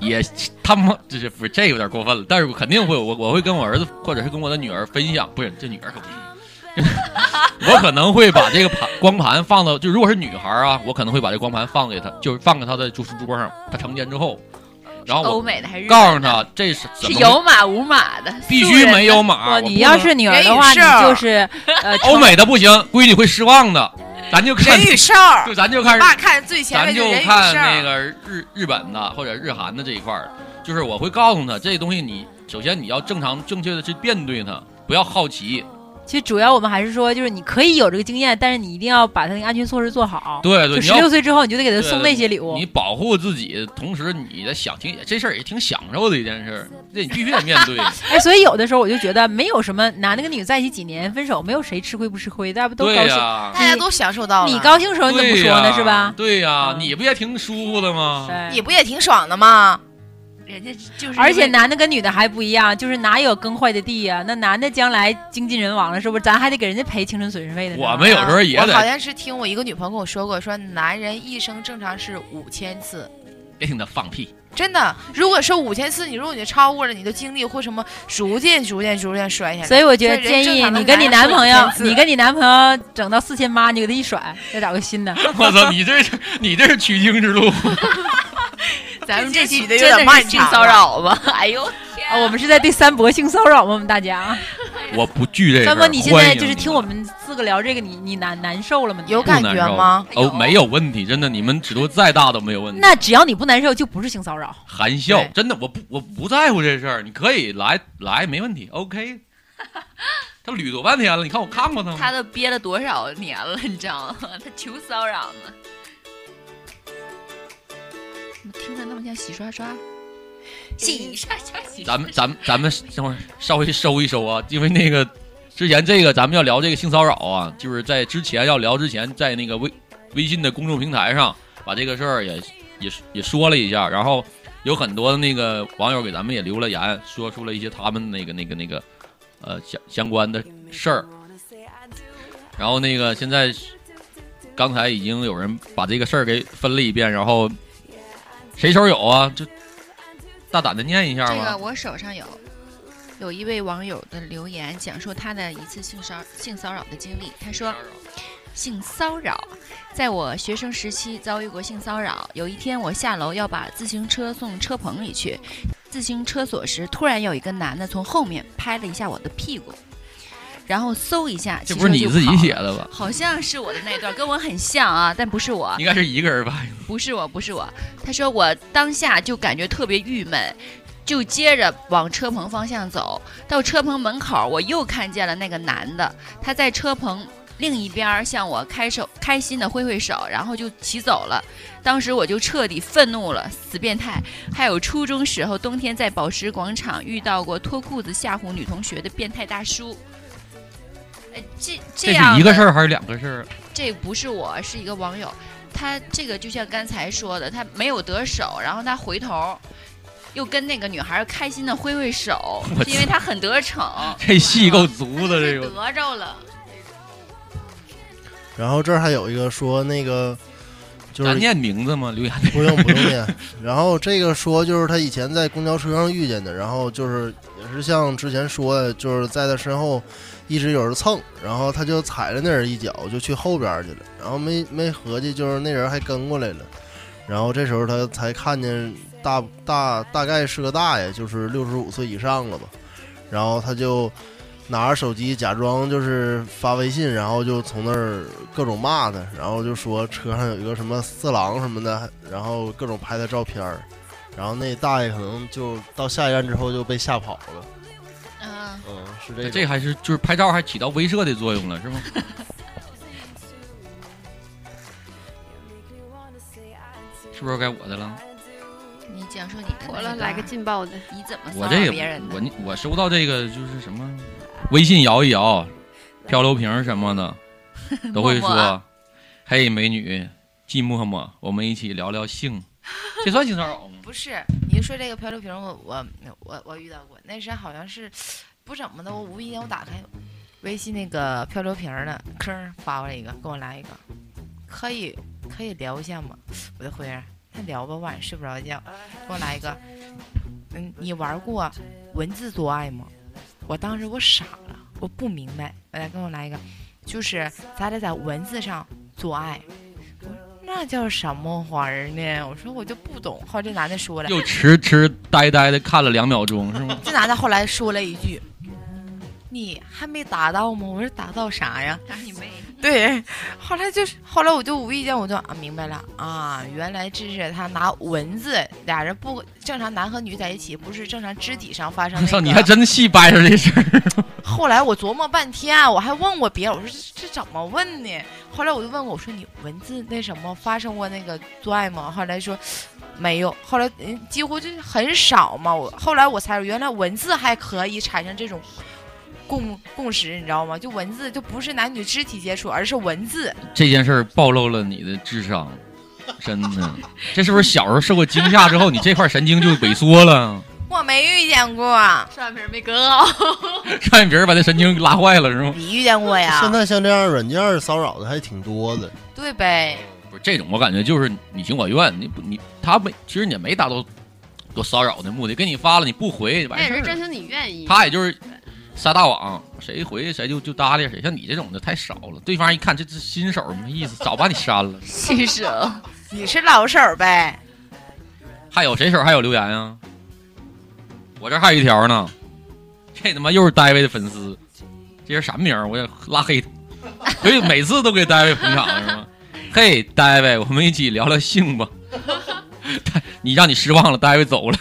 也他妈这是不是这有点过分了？但是我肯定会，我我会跟我儿子或者是跟我的女儿分享，不是这女儿可不是。 *laughs* 我可能会把这个盘光盘放到，就如果是女孩啊，我可能会把这光盘放给她，就是放给她的就是桌上，她成年之后，然后我欧美的还是日告本诉她这是的怎是么有码无码的，必素须人没的有码。哇，啊我你不要能是女儿的话，你人与事儿就是呃，欧美的不行，闺女会失望的。咱就看人与事儿儿，*laughs* 就咱就看你爸看最前咱面就就人与事儿看那个日日本的或者日韩的这一块儿，就是我会告诉他，这东西你首先你要正常正确的去面对它，不要好奇。其实主要我们还是说，就是你可以有这个经验，但是你一定要把他那个安全措施做好。对就对，你十要六岁之后，你就得给他对送那些礼物你。保护自己，同时你在想挺这事儿也挺享受的一件事儿，这你必须得面对。哎，所以有的时候我就觉得没有什么男的跟女的在一起几年分手，没有谁吃亏不吃亏，大家不 *laughs* 都高对兴？呀大家都享受到了。你高兴的时候你怎么对说呢？呀嗯是吧？嗯啊对呀，你不也挺舒服的吗？你不也挺爽的吗？人家就是而且因为男的跟女的还不一样，就是哪有耕坏的地呀、那男的将来经济人亡了，是不是？咱还得给人家赔青春损失费呢。我们有时候也我好得像是听我一个女朋友跟我说过，说男人一生正常是五千次，别听他放屁，真的。如果是五千次，你如果你超过了，你的精力会什么逐渐、逐渐、逐渐摔下来。所以我觉得人建正议常的你跟你人男是朋友5000，次你跟你男朋友整到四千八，你给他一甩，再找个新的。 *laughs* 我操，你这是你这是取经之路， *laughs* 咱们这期的有点漫长啊吧？哎呦天、我们是在对三伯性骚扰吗？我们大家， *laughs* 我不惧这个。三伯，你现在就是欢迎听我们四个聊这个，你你难难受了吗？有不难受？哦，没有问题，真的，你们尺度再大都没有问题。那只要你不难受，就不是性骚扰。含笑对，真的，我不我不在乎这事儿，你可以来来，没问题，OK。他捋多半天了，你看我看过他吗？他都憋了多少年了，你知道吗？ *laughs* 他求骚扰呢。怎么听着那么像洗刷刷？洗刷刷，洗刷刷咱们咱们咱们等会儿稍微收一收啊，因为那个之前这个咱们要聊这个性骚扰啊，就是在之前要聊之前，在那个微微信的公众平台上把这个事儿也也也说了一下，然后有很多那个网友给咱们也留了言，说出了一些他们那个那个那个呃相相关的事儿，然后那个现在刚才已经有人把这个事儿给分了一遍，然后谁手有啊？就大胆的念一下这吧。个我手上有，有一位网友的留言讲述他的一次性骚性骚扰的经历。他说，性骚扰，在我学生时期遭遇过性骚扰。有一天我下楼要把自行车送车棚里去，自行车锁时突然有一个男的从后面拍了一下我的屁股，然后嗖一下，这不汽是车你就自己跑写了的吧？好像是我的那段，跟我很像啊，但不是我。应该是一个人吧？不是我，不是我。他说我当下就感觉特别郁闷，就接着往车棚方向走。到车棚门口，我又看见了那个男的，他在车棚另一边儿向我开手，开心的挥挥手，然后就骑走了。当时我就彻底愤怒了，死变态！还有初中时候冬天在宝石广场遇到过脱裤子吓唬女同学的变态大叔。呃，这这样是一个的事儿还是两个事儿？这不是我，是一个网友。他这个就像刚才说的，他没有得手，然后他回头又跟那个女孩开心的挥挥手我，是因为他很得逞，啊 *laughs* 这戏够足 *laughs* 的，这个得着了。然后这儿还有一个说那个，就是咱念名字吗？留言不用不用念。然后这个说就是他以前在公交车上遇见的，然后就是也是像之前说的，就是在他身后一直有人蹭，然后他就踩了那人一脚，就去后边去了，然后没没合计就是那人还跟过来了，然后这时候他才看见大大大概是个大爷，就是六十五岁以上了吧，然后他就。拿着手机假装就是发微信，然后就从那儿各种骂他，然后就说车上有一个什么色狼什么的，然后各种拍他照片儿，然后那大爷可能就到下一站之后就被吓跑了。嗯，嗯，是这这种这还是就是拍照还起到威慑的作用了，是吗？是不是该我的 *laughs* 了？你讲述你的那啊我一了段来个劲爆的，你怎么我骚这扰也别人不的？我那我收到这个就是什么，微信摇一摇，漂流瓶什么 *laughs* 的，都会说，默默啊嘿，美女，寂寞吗？我们一起聊聊 *laughs* 性，这算性骚扰吗？不是，你一说这个漂流瓶，我我我我遇到过，那时候好像是不怎么的，我无意间我打开微信那个漂流瓶呢，吭发过来一个，给我来一个，可以可以聊一下吗？我就回人，那聊吧，晚上睡不着觉，给我来一个，嗯，你玩过文字做爱吗？我当时我傻了，我不明白，来跟我来一个，就是咱俩在文字上做爱。我说那叫什么玩意儿呢？我说我就不懂。后来这男的说了，又痴痴呆呆的看了两秒钟，是吗？这男的后来说了一句：“你还没达到吗？”我说：“达到啥呀？”打你妹！对，后来就是后来我就无意间我就啊明白了啊，原来这是他拿文字，俩人不正常男和女在一起，不是正常肢体上发生、我那 *laughs* 操，个。你还真细掰扯这事儿。后来我琢磨半天，我还问过别人，我说这这怎么问呢？后来我就问过，我说你文字那什么发生过那个做爱吗？后来说没有，后来嗯几乎就是很少嘛。我后来我才原来文字还可以产生这种共共识，你知道吗？就文字就不是男女肢体接触，而是文字。这件事儿暴露了你的智商，真的， *laughs* 这是不是小时候受过惊吓之后，你这块神经就萎缩了？ *laughs* 我没遇见过，啊蒜皮没割好，让别人把那神经拉坏了是吗？你遇见过呀？现在像这样软件骚扰的还挺多的，对呗，不是这种，我感觉就是你情我愿，你不你他没，其实你也没达到多骚扰的目的，给你发了你不回那完也事是真儿。情你愿意。他也就是撒大网，谁回谁就就搭理谁，像你这种的太少了。对方一看这这新手没意思，早把你删了。新手，啊你是老手呗？还有谁手还有留言啊？我这还有一条呢，这他妈又是戴维的粉丝，这人啥名儿？我想拉黑他，所以每次都给戴维捧场是吗？ *laughs* 嘿，戴维，我们一起聊聊性吧。 *laughs* 你让你失望了，戴维走了。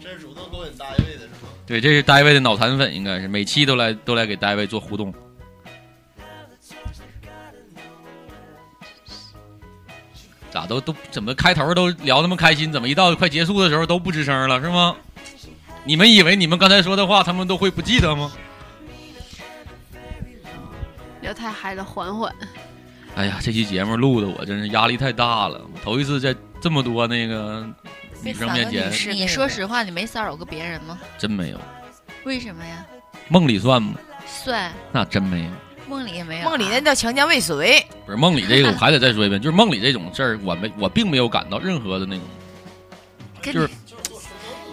这是主动勾引大卫的是吗？对，这是戴维的脑残粉，应该是每期都来都来给戴维做互动。咋都都怎么开头都聊那么开心，怎么一到快结束的时候都不吱声了，是吗？你们以为你们刚才说的话，他们都会不记得吗？聊太嗨了，缓缓。哎呀，这期节目录的我真是压力太大了，我头一次在这么多那个女生面前，你说实话，你没骚扰过别人吗？真没有，为什么呀？梦里算吗？算那真没有。梦里也没有啊。梦里那叫强奸未遂，不是梦里这个，我还得再说一遍，就是梦里这种事儿，我没我并没有感到任何的那种，跟就是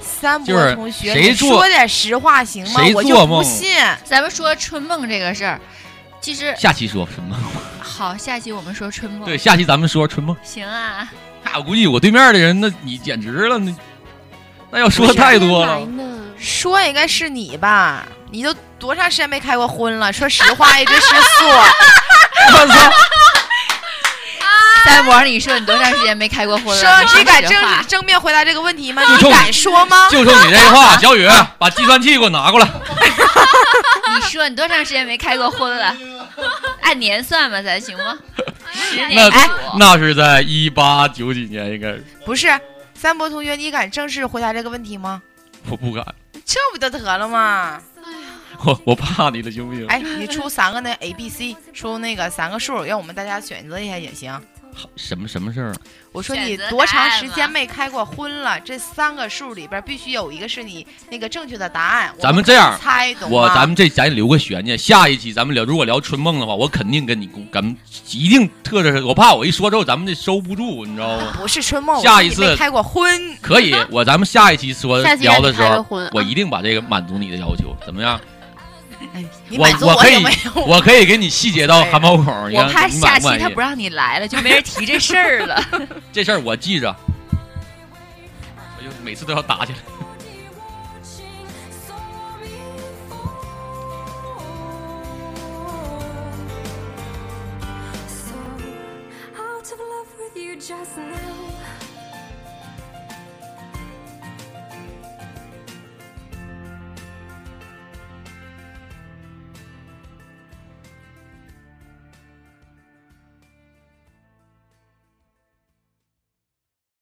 三就波是同学，谁你做说点实话行吗？谁我做就不梦信。咱们说春梦这个事儿，其实下期说春梦。好，下期我们说春梦。对，下期咱们说春梦。行啊，那我估计我对面的人，那你简直了，那那要说的太多了。说应该是你吧？你都多长时间没开过荤了？说实话，一直吃素。我操！三博，你说你多长时间没开过荤 *laughs* 了？说你敢说实正话正面回答这个问题吗？你就冲敢 *laughs* 说吗？就冲你这话，*laughs* 小雨，把计算器给我拿过来。 *laughs* 你说你多长时间没开过荤了？ *laughs* 按年算吧，咱行吗？十那年哎那是在一八九几年，应该是不是，三伯同学，你敢正式回答这个问题吗？我不敢，这不就得了吗？我我怕你了，行不行？哎，你出三个那 A、B、C，出那个三个数，让我们大家选择一下也行。什么什么事儿？啊我说选你择多答长案时吧间没开过荤了？这三个数里边必须有一个是你那个正确的答案。咱我们可这以样，猜懂我吗咱们这咱留个悬念，下一期咱们聊，如果聊春梦的话，我肯定跟你共，咱们一定特着，我怕我一说之后咱们这收不住，你知道 *laughs* 吗？不是春梦，我下说一你次没开过荤，可以，我咱们下一期说下期让聊你的时开个候荤啊，我一定把这个满足你的要求，怎么样？你我满足我可也以没有。，我可以给你细节到汗毛孔，你我看怕你下满期不满他意不让你来了，就没人提这事儿了。这事儿我记着。哎呦，每次都要打起来。 So out of love with you just now.